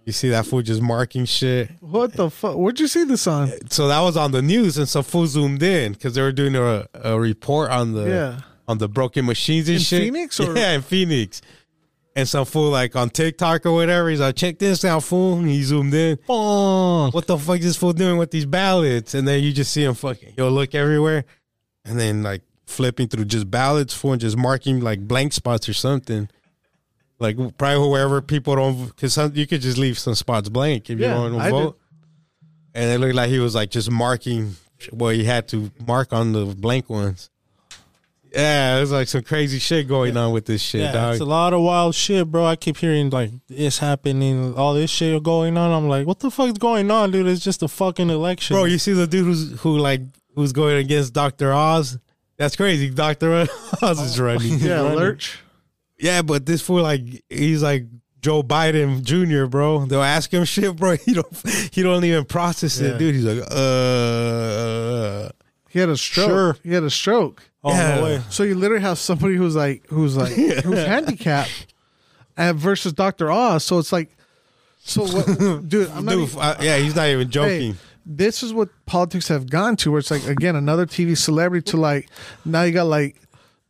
Speaker 2: You see that fool just marking shit.
Speaker 3: What the fuck? Where'd you see this on?
Speaker 2: so that was on the news, and so fool zoomed in because they were doing a, a report on the
Speaker 3: Yeah.
Speaker 2: on the broken machines and
Speaker 3: In
Speaker 2: shit.
Speaker 3: Phoenix or-
Speaker 2: [LAUGHS] yeah, in Phoenix, and some fool like on TikTok or whatever. He's like, check this out, fool. And he zoomed in.
Speaker 1: Fuck.
Speaker 2: What the fuck is this fool doing with these ballots? And then you just see him fucking. He'll look everywhere, and then like flipping through just ballots, fool, and just marking like blank spots or something. Like probably wherever people don't, because you could just leave some spots blank if
Speaker 3: Yeah,
Speaker 2: you don't
Speaker 3: I
Speaker 2: vote
Speaker 3: did.
Speaker 2: and it looked like he was like just marking what he had to mark on the blank ones. Yeah, it was like some crazy shit going on with this shit,
Speaker 1: Yeah,
Speaker 2: dog.
Speaker 1: it's a lot of wild shit, bro. I keep hearing like it's happening, all this shit going on. I'm like, what the fuck's going on, dude? It's just a fucking election,
Speaker 2: Bro, you see the dude who's who like who's going against Doctor Oz? That's crazy. Doctor [LAUGHS] Oz is running.
Speaker 3: [LAUGHS] Yeah,
Speaker 1: running.
Speaker 3: Lurch.
Speaker 2: yeah, but this fool like he's like Joe Biden Jr. Bro, they'll ask him [LAUGHS] shit, bro. He don't he don't even process it,
Speaker 3: Yeah.
Speaker 2: dude. He's like, uh,
Speaker 3: He had a stroke.
Speaker 1: Sure.
Speaker 3: He had a stroke.
Speaker 1: Oh,
Speaker 2: Yeah.
Speaker 1: no way.
Speaker 3: So you literally have somebody who's like who's like who's handicapped and versus Dr. Oz. So it's like so what dude, I'm not
Speaker 2: dude,
Speaker 3: even-
Speaker 2: I- yeah, he's not even joking.
Speaker 3: hey, this is what politics have gone to where it's like again another TV celebrity to like now you got like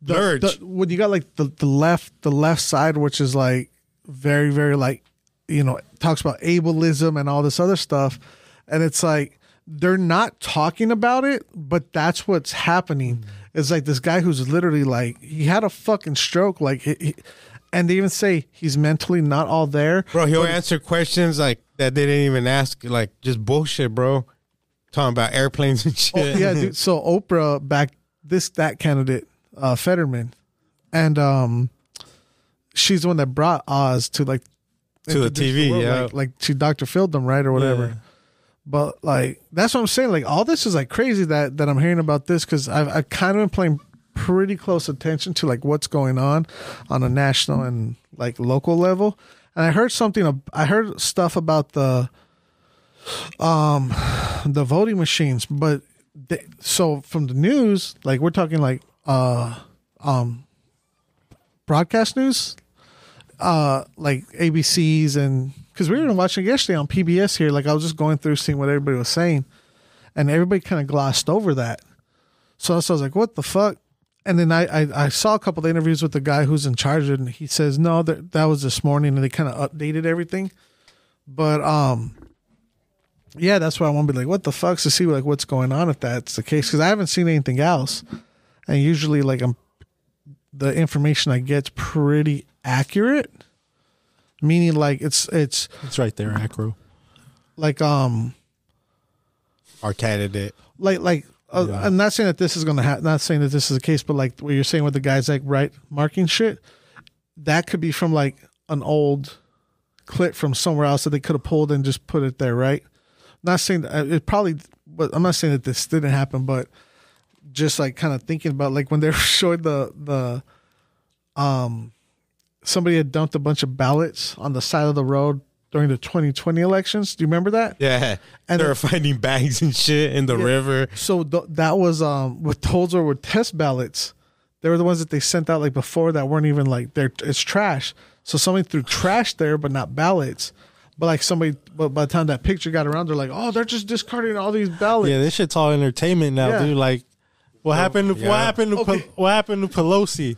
Speaker 3: the,
Speaker 2: Lurch.
Speaker 3: the when you got like the, the left the left side which is like very very like you know talks about ableism and all this other stuff and it's like they're not talking about it but that's what's happening it's like this guy who's literally like he had a fucking stroke like he, he- and they even say he's mentally not all there
Speaker 2: Bro, he'll answer questions like that they didn't even ask, like just bullshit, bro. Talking about airplanes and shit. [LAUGHS]
Speaker 3: Oh, yeah, dude. So Oprah back this that candidate, uh, Fetterman, and um, she's the one that brought Oz to like
Speaker 2: To the TV,
Speaker 3: world,
Speaker 2: yeah.
Speaker 3: like, like she Dr. Phil'd them right or whatever. But like that's what I'm saying. Like all this is like crazy that that I'm hearing about this because I've I've kind of been playing pretty close attention to like what's going on on a national and like local level. And I heard something. ab- I heard stuff about the um the voting machines, but they, so from the news, like we're talking like uh um broadcast news, uh like ABCs and because we were watching yesterday on PBS here. Like I was just going through seeing what everybody was saying, and everybody kind of glossed over that. So, so I was like, what the fuck? And then I, I, I saw a couple of interviews with the guy who's in charge, and he says, no, that, that was this morning, and they kind of updated everything. But um, yeah, that's why I want to be like, what the fuck's to see like what's going on if that's the case because I haven't seen anything else, and usually like I'm, the information I get's pretty accurate, meaning like it's it's
Speaker 1: It's right there, Acro.
Speaker 3: like um
Speaker 2: Our candidate.
Speaker 3: like like uh, I'm not saying that this is gonna happen. Not saying that this is the case, but like what you're saying with the guys like right marking shit, that could be from like an old clip from somewhere else that they could have pulled and just put it there, right? Not saying that uh, it probably, but I'm not saying that this didn't happen, but just like kind of thinking about like when they [LAUGHS] showed the the um somebody had dumped a bunch of ballots on the side of the road during the 2020 elections. Do you remember that?
Speaker 2: Yeah.
Speaker 3: And-
Speaker 2: they were finding bags and shit in the river.
Speaker 3: So th- that was um with those were with test ballots. They were the ones that they sent out like before that weren't even like they're it's trash. So somebody threw trash there, but not ballots. But like somebody, but by the time that picture got around, they're like, oh, they're just discarding all these ballots.
Speaker 1: Yeah, this shit's all entertainment now,
Speaker 3: Yeah.
Speaker 1: dude. Like, what happened? To, What
Speaker 2: yeah.
Speaker 1: happened to
Speaker 3: Okay.
Speaker 1: Pe- What happened to Pelosi?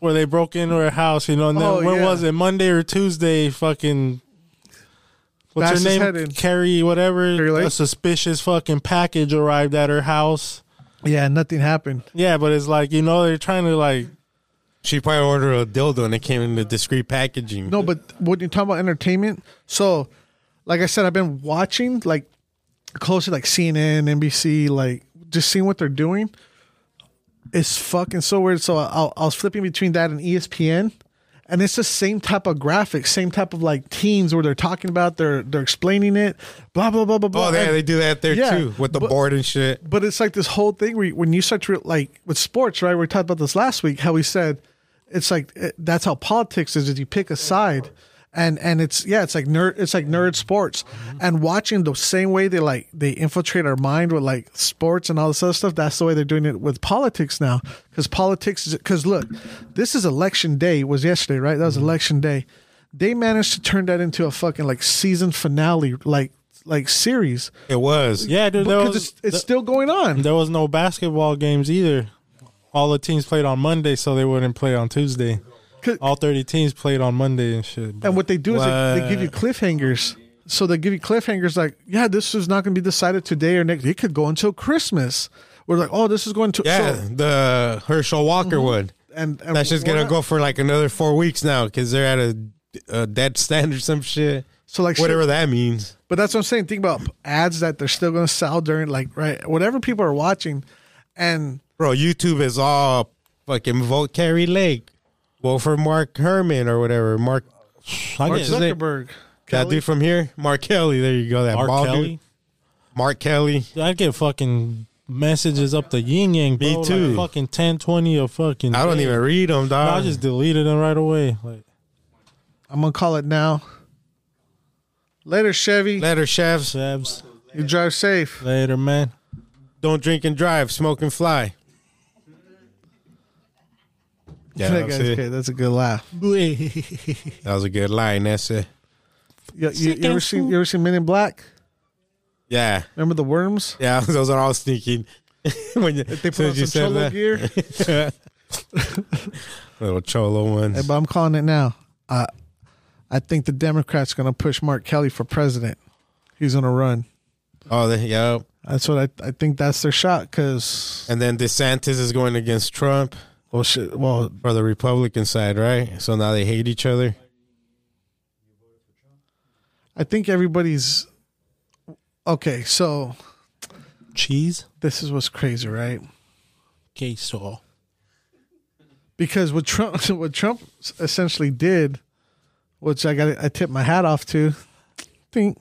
Speaker 1: Where they broke into her house, you know? And then
Speaker 3: Oh,
Speaker 1: when
Speaker 3: yeah.
Speaker 1: was it? Monday or Tuesday? Fucking. What's
Speaker 3: Bashed his
Speaker 1: her
Speaker 3: head
Speaker 1: name?
Speaker 3: in.
Speaker 1: Carrie, whatever.
Speaker 3: Carrie Lake?
Speaker 1: A suspicious fucking package arrived at her house.
Speaker 3: yeah, nothing happened.
Speaker 1: Yeah, but it's like you know they're trying to like
Speaker 2: She probably ordered a dildo and it came in the discreet packaging.
Speaker 3: No, but when you talk about entertainment, so like I said, I've been watching like closely, like CNN, NBC, like just seeing what they're doing. it's fucking so weird. So I, I, I was flipping between that and E ESPN, and it's the same type of graphics, same type of like teams where they're talking about they're they're explaining it, blah blah blah blah blah.
Speaker 2: Oh, yeah,
Speaker 3: And-
Speaker 2: they do that there
Speaker 3: Yeah,
Speaker 2: too with the
Speaker 3: but-
Speaker 2: board and shit.
Speaker 3: but it's like this whole thing where you, when you start to re- like with sports, right? We talked about this last week. How we said it's like it, that's how politics is: is you pick a side, and and it's yeah, it's like nerd, it's like nerd sports, and watching the same way they like they infiltrate our mind with like sports and all this other stuff. That's the way they're doing it with politics now, because politics is because look, this is election day It was yesterday, right? That was election day. They managed to turn that into a fucking like season finale, like like series
Speaker 2: It was.
Speaker 1: Yeah, dude. There
Speaker 3: because
Speaker 1: was,
Speaker 3: it's, it's still going on.
Speaker 1: there was no basketball games either. All the teams played on Monday, so they wouldn't play on Tuesday.
Speaker 3: 'Cause-
Speaker 1: All thirty teams played on Monday and shit.
Speaker 3: And what they do is they, they give you cliffhangers. So they give you cliffhangers like, yeah, this is not going to be decided today or next. It could go until Christmas. We're like, oh, this is going to
Speaker 2: Yeah,
Speaker 3: so-
Speaker 2: the Herschel Walker one.
Speaker 3: and, and
Speaker 2: That's just
Speaker 3: we're
Speaker 2: gonna
Speaker 3: not-
Speaker 2: go for like another four weeks now because they're at a, a dead stand or some shit.
Speaker 3: So like whatever.
Speaker 2: Whatever that means.
Speaker 3: but that's what I'm saying. Think about ads that they're still going to sell during like right whatever people are watching, and
Speaker 2: Bro, YouTube is all fucking vote Carrie Lake. Vote for Mark Herman or whatever. Mark
Speaker 1: I
Speaker 3: Mark
Speaker 1: get-
Speaker 2: Zuck- name?
Speaker 3: Zuckerberg,
Speaker 2: that dude from here? Mark Kelly. There you go. That
Speaker 1: Mark
Speaker 2: bald
Speaker 1: Kelly.
Speaker 2: dude. Mark Kelly.
Speaker 1: Dude, I get fucking messages up the yin yang.
Speaker 2: Me
Speaker 1: bro, like
Speaker 2: too.
Speaker 1: fucking 10, 20 of fucking.
Speaker 2: I don't even read him,
Speaker 1: No,
Speaker 2: dog.
Speaker 1: I just deleted them right away. Like,
Speaker 3: I'm gonna call it now. Later, Chevy.
Speaker 2: letter chefs.
Speaker 1: Sabs,
Speaker 3: You drive safe.
Speaker 1: later,
Speaker 2: [LAUGHS]
Speaker 1: man.
Speaker 2: Don't drink and drive. Smoke and fly. Yeah,
Speaker 3: That
Speaker 2: that was,
Speaker 3: guy's
Speaker 2: it.
Speaker 3: good. That's a good laugh.
Speaker 2: That was a good line. That's it.
Speaker 3: You, you, you ever seen you ever seen Men in Black?
Speaker 2: Yeah.
Speaker 3: Remember the worms?
Speaker 2: Yeah, [LAUGHS] those are all sneaking. [LAUGHS] when you,
Speaker 3: They put on some cholo gear.
Speaker 2: [LAUGHS] Little cholo ones.
Speaker 3: Hey, but I'm calling it now. I I think the Democrats going to push Mark Kelly for president. He's going to run.
Speaker 2: Oh, they, yeah.
Speaker 3: That's what I I think that's their shot because
Speaker 2: And then DeSantis is going against Trump
Speaker 3: well shit well
Speaker 2: for the Republican side, right? So now they hate each other.
Speaker 3: I think everybody's okay. So
Speaker 1: Cheese,
Speaker 3: this is what's crazy, right?
Speaker 1: queso. Oh,
Speaker 3: Because what Trump [LAUGHS] what Trump essentially did, which I got I tip my hat off to, think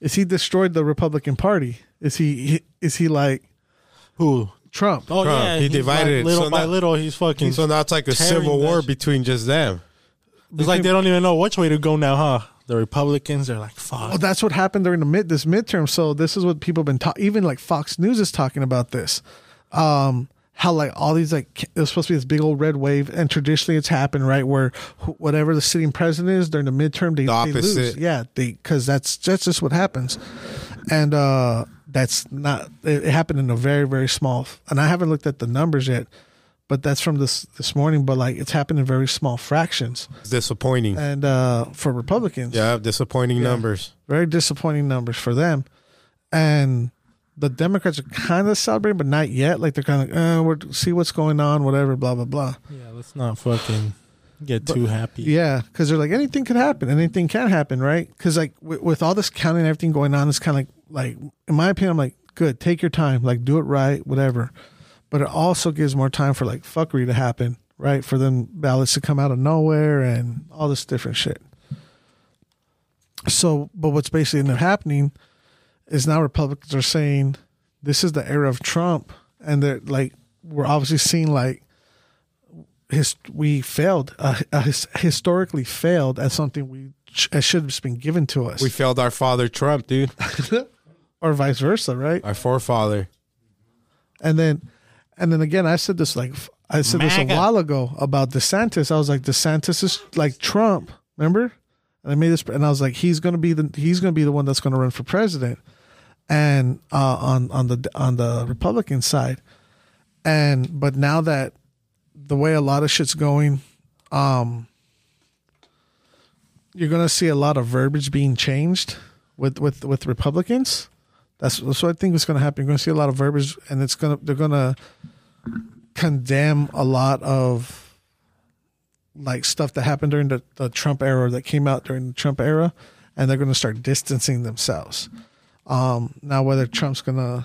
Speaker 3: is he destroyed the Republican Party? Is he is he like
Speaker 1: Who?
Speaker 3: Trump?
Speaker 1: Oh
Speaker 2: Trump.
Speaker 1: yeah,
Speaker 2: He
Speaker 1: he's
Speaker 2: divided it.
Speaker 1: like, little
Speaker 2: So
Speaker 1: by
Speaker 2: now-
Speaker 1: little. He's fucking.
Speaker 2: So now it's like a
Speaker 1: Tearing
Speaker 2: civil
Speaker 1: that
Speaker 2: war
Speaker 1: shit.
Speaker 2: between just them.
Speaker 1: it's like they don't even know which way to go now, huh? The Republicans are like, fuck.
Speaker 2: Oh,
Speaker 3: Well, Oh, that's what happened during the mid this midterm. So this is what people have been talking. Even like Fox News is talking about this. Um, how like all these like ca- there's supposed to be this big old red wave, and traditionally it's happened right where wh- whatever the sitting president is during the midterm they,
Speaker 2: The
Speaker 3: they lose.
Speaker 2: opposite.
Speaker 3: Yeah, they because that's that's just what happens, and uh, that's not it, it happened in a very very small. And I haven't looked at the numbers yet, but that's from this this morning. But like it's happened in very small fractions,
Speaker 2: It's disappointing.
Speaker 3: and uh, for Republicans,
Speaker 2: yeah, disappointing numbers.
Speaker 3: very disappointing numbers for them. And the Democrats are kind of celebrating, but not yet. Like they're kind of, uh, we're see what's going on, whatever, blah blah blah.
Speaker 1: yeah, let's not fucking get too happy.
Speaker 3: Yeah, because they're like anything could happen, anything can happen, right? Because like with, with all this counting and everything going on, it's kind of like, like in my opinion, I'm like, good, take your time, like do it right, whatever. But it also gives more time for like fuckery to happen, right? For them ballots to come out of nowhere and all this different shit. So, but what's basically ended up happening is now Republicans are saying this is the era of Trump, and they're like, we're obviously seeing like his we failed, uh, uh, his, historically failed at something we sh- uh, should have just been given to us,
Speaker 2: We failed our father Trump, dude.
Speaker 3: or vice versa, right?
Speaker 2: Our [LAUGHS] forefather.
Speaker 3: And then, and then again, I said this like f- I said this
Speaker 1: MAGA.
Speaker 3: a while ago about DeSantis. I was like, DeSantis is like Trump, remember? And I made this, and I was like, he's gonna be the he's gonna be the one that's gonna run for president, and uh, on on the on the Republican side, and but now that the way a lot of shit's going, um, you're gonna see a lot of verbiage being changed with with with Republicans. That's that's what I think is gonna happen. You're gonna see a lot of verbiage, and it's gonna they're gonna condemn a lot of like stuff that happened during the, the Trump era that came out during the Trump era, and they're gonna start distancing themselves. Um, now whether Trump's gonna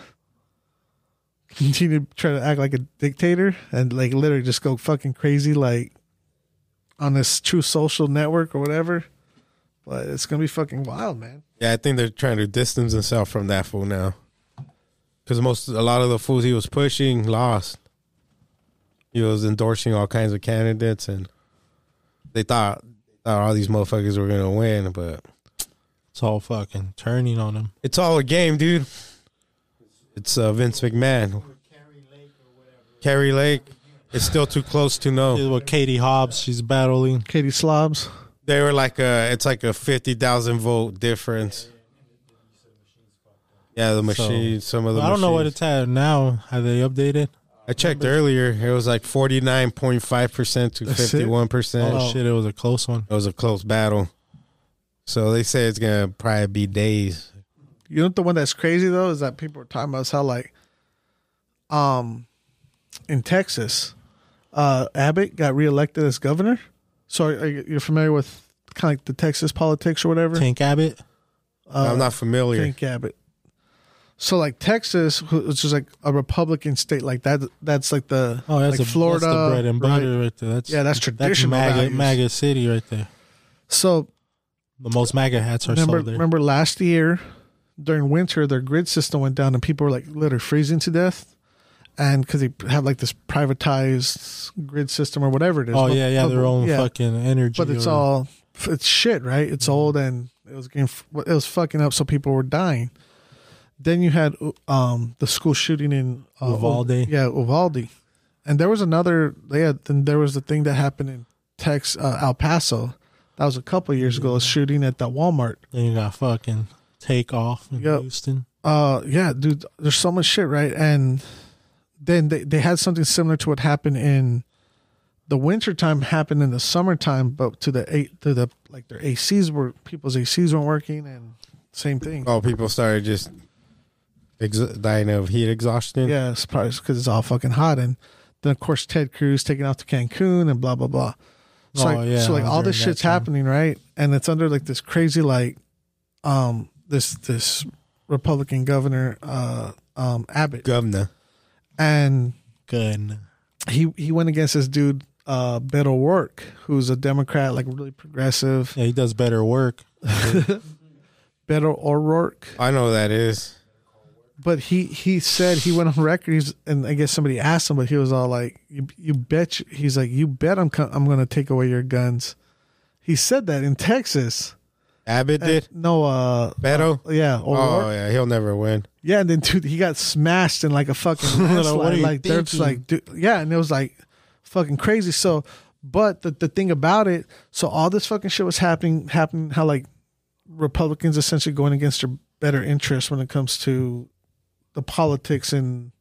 Speaker 3: continue to try to act like a dictator and like literally just go fucking crazy like on this true social network or whatever. But it's gonna be fucking wild, man.
Speaker 2: Yeah, I think they're trying to distance themselves from that fool now. Because most, a lot of the fools he was pushing lost. He was endorsing all kinds of candidates, and they thought, thought all these motherfuckers were gonna win, but
Speaker 1: It's all fucking turning on him.
Speaker 2: it's all a game, dude. It's uh, Vince McMahon, Kerry Lake. It's still too close to know.
Speaker 1: This is what Katie Hobbs, she's battling.
Speaker 3: Katie Slobs.
Speaker 2: They were like a, it's like a fifty thousand vote difference. Yeah, the machine. some of the.
Speaker 1: I don't know what
Speaker 2: machines.
Speaker 1: it's at now. Have they updated?
Speaker 2: I checked earlier. It was like forty nine point five percent to
Speaker 3: That's it?
Speaker 2: fifty one
Speaker 1: Oh,
Speaker 2: percent.
Speaker 1: shit, it was a close one.
Speaker 2: It was a close battle. So they say it's gonna probably be days.
Speaker 3: You know what the one that's crazy though is that people are talking about is how like um in Texas, uh Abbott got reelected as governor. So are, are you- you're familiar with kind of like the Texas politics or whatever? Uh,
Speaker 1: Tank Abbott. Uh,
Speaker 2: I'm not familiar.
Speaker 3: Tank Abbott. So like Texas, who- which is like a Republican state, like that. That's like the
Speaker 1: Oh, that's
Speaker 3: like
Speaker 1: a,
Speaker 3: Florida
Speaker 1: That's the bread and
Speaker 3: right?
Speaker 1: butter right, there. That's
Speaker 3: Yeah, that's traditional
Speaker 1: That's MAGA,
Speaker 3: values.
Speaker 1: MAGA city right there.
Speaker 3: So
Speaker 1: The most MAGA hats are
Speaker 3: remember,
Speaker 1: sold there.
Speaker 3: remember last year during winter, their grid system went down and people were like literally freezing to death, and because they have like this privatized grid system or whatever it is.
Speaker 1: oh
Speaker 3: But-
Speaker 1: yeah, yeah,
Speaker 3: but-
Speaker 1: their own
Speaker 3: yeah.
Speaker 1: fucking Mm-hmm. energy.
Speaker 3: But it's
Speaker 1: or-
Speaker 3: all it's shit, right? It's old and it was getting it was fucking up, so people were dying. Then you had um the school shooting in uh,
Speaker 1: Uvalde.
Speaker 3: yeah, Uvalde, and there was another. They had then there was the thing that happened in Tex uh, El Paso. That was a couple years
Speaker 1: Mm-hmm.
Speaker 3: ago. A shooting at that Walmart.
Speaker 1: Then you got fucking take off in
Speaker 3: Yep.
Speaker 1: Houston.
Speaker 3: Uh, yeah, dude. There's so much shit, right? And then they they had something similar to what happened in the wintertime happened in the summertime, but to the eight to the like their ACs were people's ACs weren't working, and same thing.
Speaker 2: Oh, people started just ex- dying of heat exhaustion.
Speaker 3: Yeah, it's probably because it's all fucking hot. And then of course Ted Cruz taking off to Cancun and blah blah blah. So
Speaker 1: Oh,
Speaker 3: like,
Speaker 1: yeah,
Speaker 3: so like all
Speaker 1: during
Speaker 3: this
Speaker 1: that
Speaker 3: shit's
Speaker 1: time.
Speaker 3: happening, right? And it's under like this crazy like, um, this this Republican governor, uh, um, Abbott,
Speaker 2: Governor.
Speaker 3: and
Speaker 1: Gun.
Speaker 3: he he went against this dude, uh, Beto O'Rourke, who's a Democrat, like really progressive.
Speaker 1: Yeah, he does better work.
Speaker 3: Beto O'Rourke,
Speaker 2: I know who that is.
Speaker 3: but he he said he went on record he's, and I guess somebody asked him, but he was all like, "You you bet," you, he's like, "You bet I'm co- I'm gonna take away your guns." He said that in Texas.
Speaker 2: Abbott did.
Speaker 3: No, uh,
Speaker 2: Beto.
Speaker 3: yeah, or,
Speaker 2: Oh yeah, he'll never win.
Speaker 3: yeah, and then dude, he got smashed in like a fucking
Speaker 1: What are
Speaker 3: landslide.
Speaker 1: you
Speaker 3: like they're just like, dude, yeah, and it was like fucking crazy. So, but the the thing about it, so all this fucking shit was happening, happening how like Republicans essentially going against their better interests when it comes to the politics in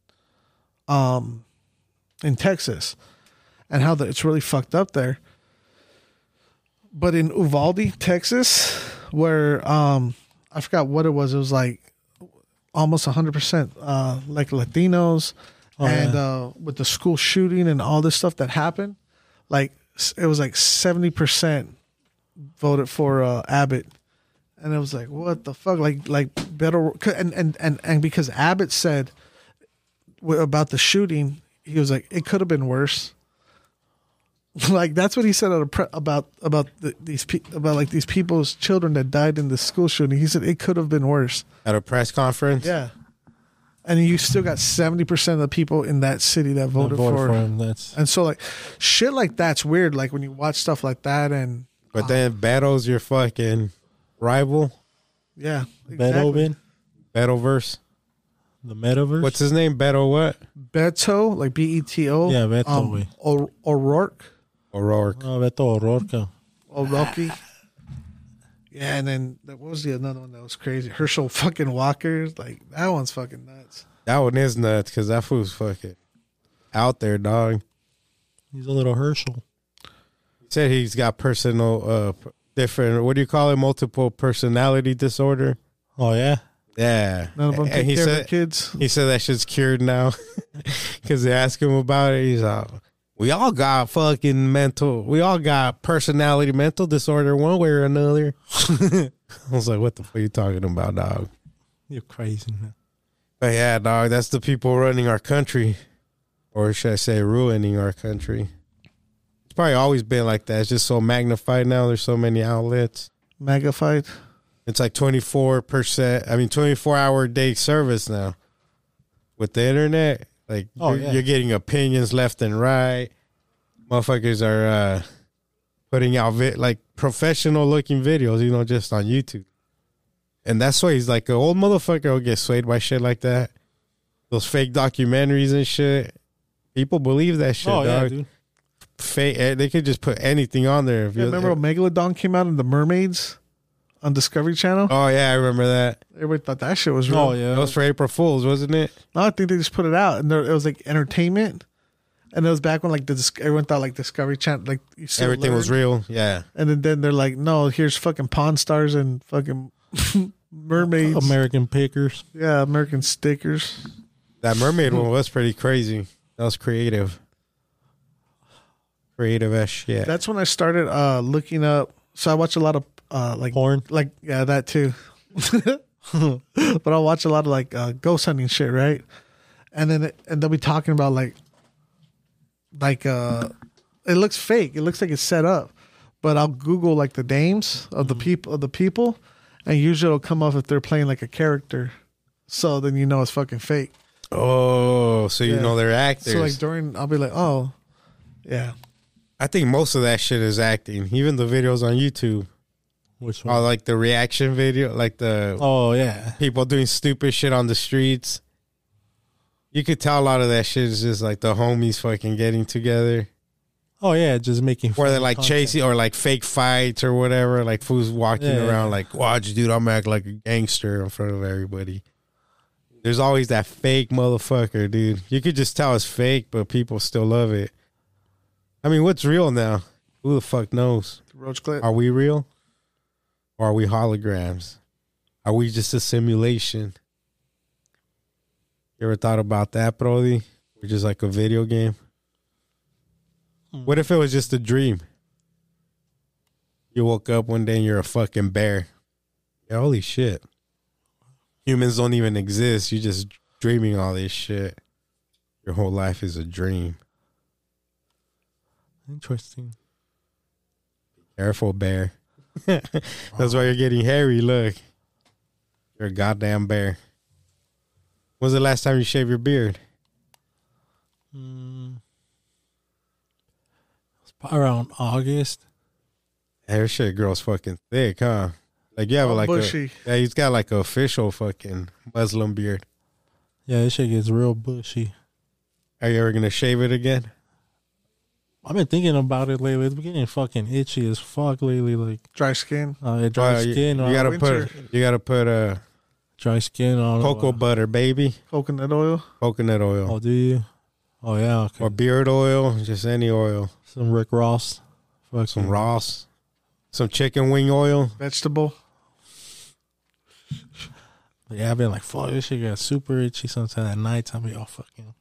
Speaker 3: um in Texas and how the, it's really fucked up there. But in Uvalde, Texas, where um I forgot what it was, it was like almost 100% uh like Latinos and uh with the school shooting and all this stuff that happened, like s- it was like 70% voted for uh Abbott. And it was like, what the fuck? Like, like better. And and and and because Abbott said w- about the shooting, he was like, it could have been worse. [LAUGHS] like that's what he said at a pre- about about the, these pe- about like these people's children that died in the school shooting. He said it could have been worse.
Speaker 2: At a press conference.
Speaker 3: Yeah, and you still got seventy percent of the people in that city that
Speaker 1: Voted
Speaker 3: voted, for.
Speaker 1: for
Speaker 3: him.
Speaker 1: him. That's
Speaker 3: And so like, shit like that's weird. Like when you watch stuff like that, and
Speaker 2: But then Beto's your fucking rival.
Speaker 3: yeah,
Speaker 1: Beto
Speaker 3: exactly.
Speaker 1: Ben.
Speaker 2: Betoverse.
Speaker 1: The metaverse.
Speaker 2: What's his name? Beto what?
Speaker 3: Beto, like B E T O.
Speaker 1: Yeah, Beto,
Speaker 3: Um,
Speaker 1: güey.
Speaker 3: or O'Rourke.
Speaker 2: O'Rourke.
Speaker 1: oh, Beto O'Rourke.
Speaker 3: Oh, Rocky. Yeah, and then what was the another one that was crazy? Herschel fucking Walker. Like that one's fucking nuts.
Speaker 2: That one is nuts because that fool's fucking out there, dog.
Speaker 1: He's a little Herschel.
Speaker 2: He said he's got personal, uh, p- different, what do you call it? Multiple personality disorder.
Speaker 1: Oh yeah.
Speaker 2: Yeah.
Speaker 3: None of them
Speaker 2: And
Speaker 3: take
Speaker 2: he
Speaker 3: care of
Speaker 2: said,
Speaker 3: their kids.
Speaker 2: He said that shit's cured now [LAUGHS] because they asked him about it. He's like, we all got fucking mental, we all got personality, mental disorder one way or [LAUGHS] another. I was like, what the fuck are you talking about, dog?
Speaker 1: You're crazy. Man.
Speaker 2: But yeah, dog, that's the people running our country, or should I say, ruining our country. It's probably always been like that. It's just so magnified now. There's so many outlets.
Speaker 3: Magnified.
Speaker 2: It's like 24 percent. I mean, 24 hour day service now with the internet. Like,
Speaker 1: Oh,
Speaker 2: you're,
Speaker 1: yeah.
Speaker 2: you're getting opinions left and right. Motherfuckers are uh, putting out vi- like professional looking videos, you know, just on YouTube. And that's why he's like an old motherfucker will get swayed by shit like that. Those fake documentaries and shit. People believe that shit,
Speaker 1: oh yeah,
Speaker 2: dog.
Speaker 1: dude.
Speaker 2: Fake, eh, they could just put anything on there. If
Speaker 3: Yeah,
Speaker 2: you
Speaker 3: remember when Megalodon came out in the Mermaids on Discovery Channel?
Speaker 2: Oh yeah, I remember that.
Speaker 3: Everybody thought that shit was real.
Speaker 1: Oh
Speaker 2: That
Speaker 1: yeah.
Speaker 2: was for April Fools, wasn't it?
Speaker 3: No, I think they just put it out, and there, it was like entertainment. And it was back when like the Dis- everyone thought like Discovery Channel, like you see
Speaker 2: Everything was
Speaker 3: alert.
Speaker 2: real. Yeah.
Speaker 3: And then, then they're like, no, here's fucking Pawn Stars and fucking [LAUGHS] mermaids.
Speaker 1: American Pickers.
Speaker 3: yeah, American stickers.
Speaker 2: That mermaid
Speaker 3: Hmm.
Speaker 2: one was pretty crazy. That was creative. Creative as shit.
Speaker 3: That's when I started uh looking up. So I watch a lot of uh like
Speaker 1: Porn.
Speaker 3: like yeah that too [LAUGHS] but i'll watch a lot of like uh, ghost hunting shit right and then it, and they'll be talking about like like uh it looks fake it looks like it's set up but i'll google like the names
Speaker 2: Mm-hmm.
Speaker 3: of the people of the people and usually it'll come up if they're playing like a character so then you know it's fucking fake
Speaker 2: oh, so you
Speaker 3: Yeah.
Speaker 2: know they're actors.
Speaker 3: so like during i'll be like oh yeah
Speaker 2: I think most of that shit is acting. Even the videos on YouTube
Speaker 3: Hmm.
Speaker 1: Which
Speaker 2: are
Speaker 1: one?
Speaker 2: like the reaction video, like the
Speaker 1: Oh yeah.
Speaker 2: people doing stupid shit on the streets. You could tell a lot of that shit is just like the homies fucking getting together.
Speaker 1: Oh yeah. Just making.
Speaker 2: Or
Speaker 1: fun
Speaker 2: they're
Speaker 1: of
Speaker 2: like
Speaker 1: content.
Speaker 2: chasing or like fake fights or whatever. Like fools walking
Speaker 1: Yeah, yeah,
Speaker 2: around
Speaker 1: yeah.
Speaker 2: like, watch, dude, I'm acting like a gangster in front of everybody. There's always that fake motherfucker, dude. You could just tell it's fake, but people still love it. I mean, what's real now? Who the fuck knows?
Speaker 3: roach clip
Speaker 2: Are we real? Or are we holograms? Are we just a simulation? You ever thought about that, Brody? We're just like a video game. What if it was just a dream? You woke up one day and you're a fucking bear. Yeah, holy shit. Humans don't even exist. You're just dreaming all this shit. Your whole life is a dream.
Speaker 1: Interesting.
Speaker 2: Careful, bear. [LAUGHS] That's why you're getting hairy. Look, you're a goddamn bear. When's the last time you shaved your beard?
Speaker 1: Mm. It's probably around August.
Speaker 2: Hair shit grows fucking thick, huh? Like you have like
Speaker 3: bushy
Speaker 2: a yeah, he's got like an official fucking Muslim beard.
Speaker 1: Yeah, this shit gets real bushy.
Speaker 2: Are you ever gonna shave it again?
Speaker 1: I've been thinking about it lately. It's been getting fucking itchy as fuck lately. Like
Speaker 3: dry skin
Speaker 1: uh, it dry
Speaker 2: Oh, you-
Speaker 1: skin
Speaker 2: You,
Speaker 1: or
Speaker 2: gotta
Speaker 3: winter.
Speaker 2: put you gotta put uh,
Speaker 1: dry skin on
Speaker 2: cocoa butter, baby,
Speaker 3: coconut oil
Speaker 2: coconut oil
Speaker 1: Oh, do you? Oh yeah, okay.
Speaker 2: or beard oil, just any oil,
Speaker 1: some Rick Ross, fucking
Speaker 2: some Ross, some chicken wing oil.
Speaker 3: vegetable
Speaker 1: Yeah, I've been like, fuck, this shit got super itchy sometimes at night. I'll be all fucking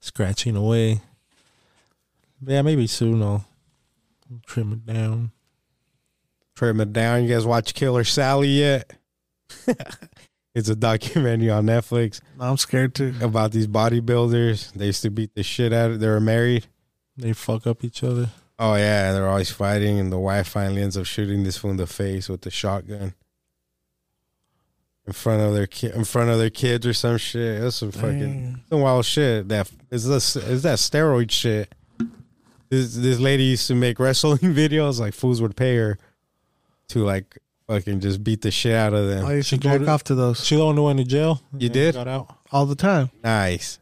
Speaker 1: scratching away. But yeah, maybe soon I'll trim it down.
Speaker 2: trim it down. You guys watch Killer Sally yet? it's a documentary on Netflix
Speaker 3: no, i'm scared too
Speaker 2: about these bodybuilders. They used to beat the shit out of. They were married.
Speaker 1: They fuck up each other.
Speaker 2: Oh yeah, they're always fighting, and the wife finally ends up shooting this fool in the face with the shotgun in front of their ki- in front of their kids or some shit. That's some fucking
Speaker 3: Dang.
Speaker 2: some wild shit. That is this is that steroid shit. This this lady used to make wrestling [LAUGHS] videos. Like fools would pay her to like fucking just beat the shit out of them.
Speaker 3: I used to
Speaker 1: Should go
Speaker 3: jack
Speaker 1: to-
Speaker 3: off to those
Speaker 1: She the one who went to jail.
Speaker 2: You
Speaker 1: and
Speaker 2: did?
Speaker 1: Got out.
Speaker 3: all the time.
Speaker 2: Nice.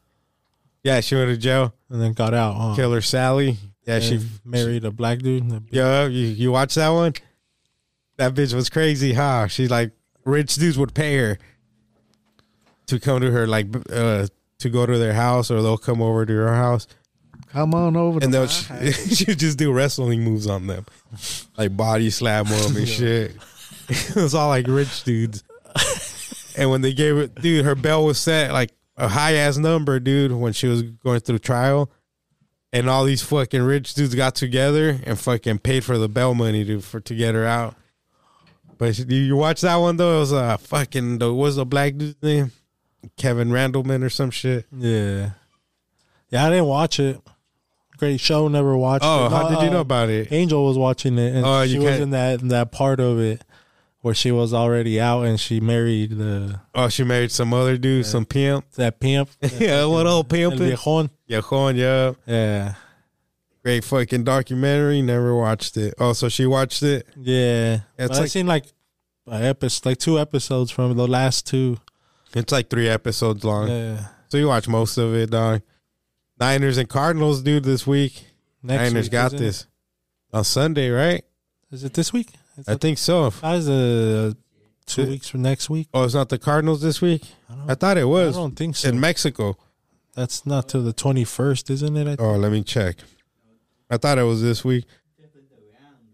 Speaker 2: Yeah, she went to jail.
Speaker 1: And then got out. Huh?
Speaker 2: Killer Sally. Yeah,
Speaker 1: And
Speaker 2: she
Speaker 1: married a black dude. The bitch-
Speaker 2: Yo, you, you watch that one? That bitch was crazy, huh? She like rich dudes would pay her to come to her like b- uh to go to their house or they'll come over to her house
Speaker 3: Come on over.
Speaker 2: and
Speaker 3: to
Speaker 2: they'll
Speaker 3: my
Speaker 2: [LAUGHS] she,
Speaker 3: house.
Speaker 2: she'd just do wrestling moves on them. Like body slam them and shit. [LAUGHS] it was all like rich dudes. and when they gave it dude, her bell was set like a high ass number, dude, when she was going through trial. And all these fucking rich dudes got together and fucking paid for the bell money to for to get her out. But she- you watch that one though, it was uh fucking the what's the black dude's name? Kevin Randleman or some shit.
Speaker 1: Yeah. Yeah, I didn't watch it. Great show, never watched
Speaker 2: Oh,
Speaker 1: it.
Speaker 2: how
Speaker 1: No,
Speaker 2: did you
Speaker 1: uh,
Speaker 2: know about it?
Speaker 1: Angel was watching it and
Speaker 2: Oh,
Speaker 1: she
Speaker 2: you
Speaker 1: was
Speaker 2: can't-
Speaker 1: in that in that part of it where she was already out and she married the
Speaker 2: Oh, she married some other dude, some pimp. [LAUGHS]
Speaker 1: that pimp.
Speaker 2: yeah, what old
Speaker 1: El
Speaker 2: pimping?
Speaker 1: Viejon.
Speaker 2: Yeah, Juan, yeah.
Speaker 1: Yeah.
Speaker 2: Great fucking documentary. Never watched it. Oh, so she watched it.
Speaker 1: Yeah.
Speaker 2: It's
Speaker 1: But I
Speaker 2: like-
Speaker 1: seen like an episode like two episodes from the last two.
Speaker 2: It's like three episodes long.
Speaker 1: Yeah.
Speaker 2: So you watch most of it, dog. Niners and Cardinals, dude, this week.
Speaker 1: Next
Speaker 2: Niners
Speaker 1: week,
Speaker 2: got
Speaker 1: isn't it?
Speaker 2: this on Sunday, right?
Speaker 1: Is it this week? It's
Speaker 2: I think so.
Speaker 1: How's uh, two
Speaker 2: It-
Speaker 1: weeks from next week?
Speaker 2: Oh, it's not the Cardinals this week.
Speaker 1: I don't,
Speaker 2: I thought it
Speaker 1: I
Speaker 2: was
Speaker 1: don't think so.
Speaker 2: in Mexico.
Speaker 1: That's not till the twenty first, isn't it? I
Speaker 2: Oh, let me check. I thought it was this week.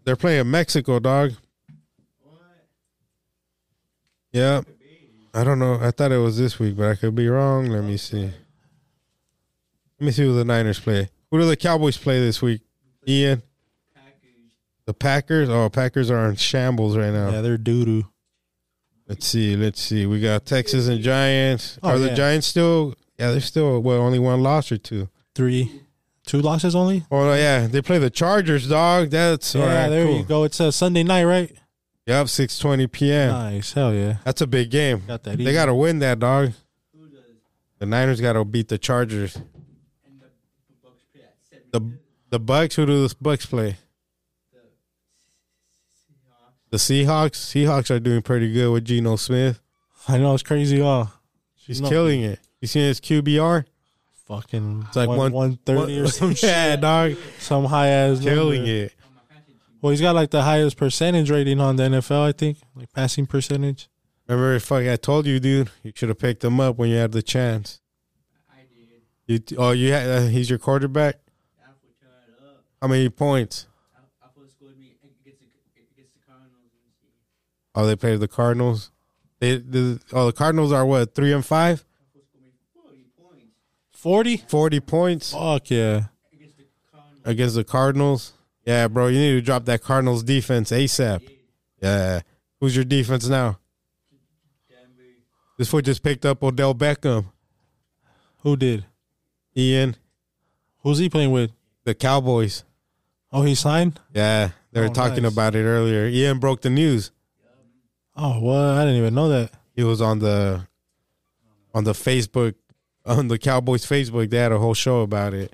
Speaker 2: They're playing Mexico, dog. Yeah. I don't know. I thought it was this week, but I could be wrong. Let me see. Let me see who the Niners play. Who do the Cowboys play this week? Ian. The Packers. Oh, Packers are in shambles right now.
Speaker 1: Yeah, they're doo doo.
Speaker 2: Let's see. Let's see. We got Texas and Giants.
Speaker 1: Oh,
Speaker 2: are
Speaker 1: yeah.
Speaker 2: the Giants still? Yeah, they're still. Well, only one loss or two.
Speaker 1: Three, two losses only.
Speaker 2: Oh yeah, they play the Chargers, dog. That's all
Speaker 1: yeah,
Speaker 2: right,
Speaker 1: there
Speaker 2: cool.
Speaker 1: you go. It's a Sunday night, right?
Speaker 2: Yep, six twenty p.m.
Speaker 1: Nice, hell yeah,
Speaker 2: That's a big game.
Speaker 1: got that. Easy.
Speaker 2: They got to win that, dog. The Niners got to beat the Chargers. The the Bucks. Who do the Bucks play? The Seahawks. Seahawks are doing pretty good with Geno Smith.
Speaker 1: I know it's crazy, huh?
Speaker 2: She's
Speaker 1: No.
Speaker 2: killing it. You seen his QBR?
Speaker 1: Fucking
Speaker 2: like
Speaker 1: one
Speaker 2: one-
Speaker 1: one thirty or some shit.
Speaker 2: [LAUGHS] yeah, dog,
Speaker 1: Some high ass
Speaker 2: killing
Speaker 1: number.
Speaker 2: it.
Speaker 1: Well, he's got like the highest percentage rating on the NFL, I think, like passing percentage.
Speaker 2: Remember, fuck, I told you, dude, you should have picked him up when you had the chance. I did. You, oh, you had, uh, he's your quarterback. How many points? Oh, they played the Cardinals. They, the, oh, the Cardinals are what three and five,
Speaker 1: Forty.
Speaker 2: forty points
Speaker 1: Fuck yeah.
Speaker 2: against the Cardinals. Yeah, bro, you need to drop that Cardinals defense ASAP. Yeah, who's your defense now? This foot just picked up Odell Beckham,
Speaker 1: Who did?
Speaker 2: Ian,
Speaker 1: Who's he playing with?
Speaker 2: the Cowboys.
Speaker 1: Oh, he signed.
Speaker 2: Yeah, they were
Speaker 1: Oh,
Speaker 2: talking
Speaker 1: nice.
Speaker 2: about it earlier. Ian broke the news.
Speaker 1: Oh, what? I didn't even know that.
Speaker 2: He was on the on the Facebook on the Cowboys Facebook. They had a whole show about it.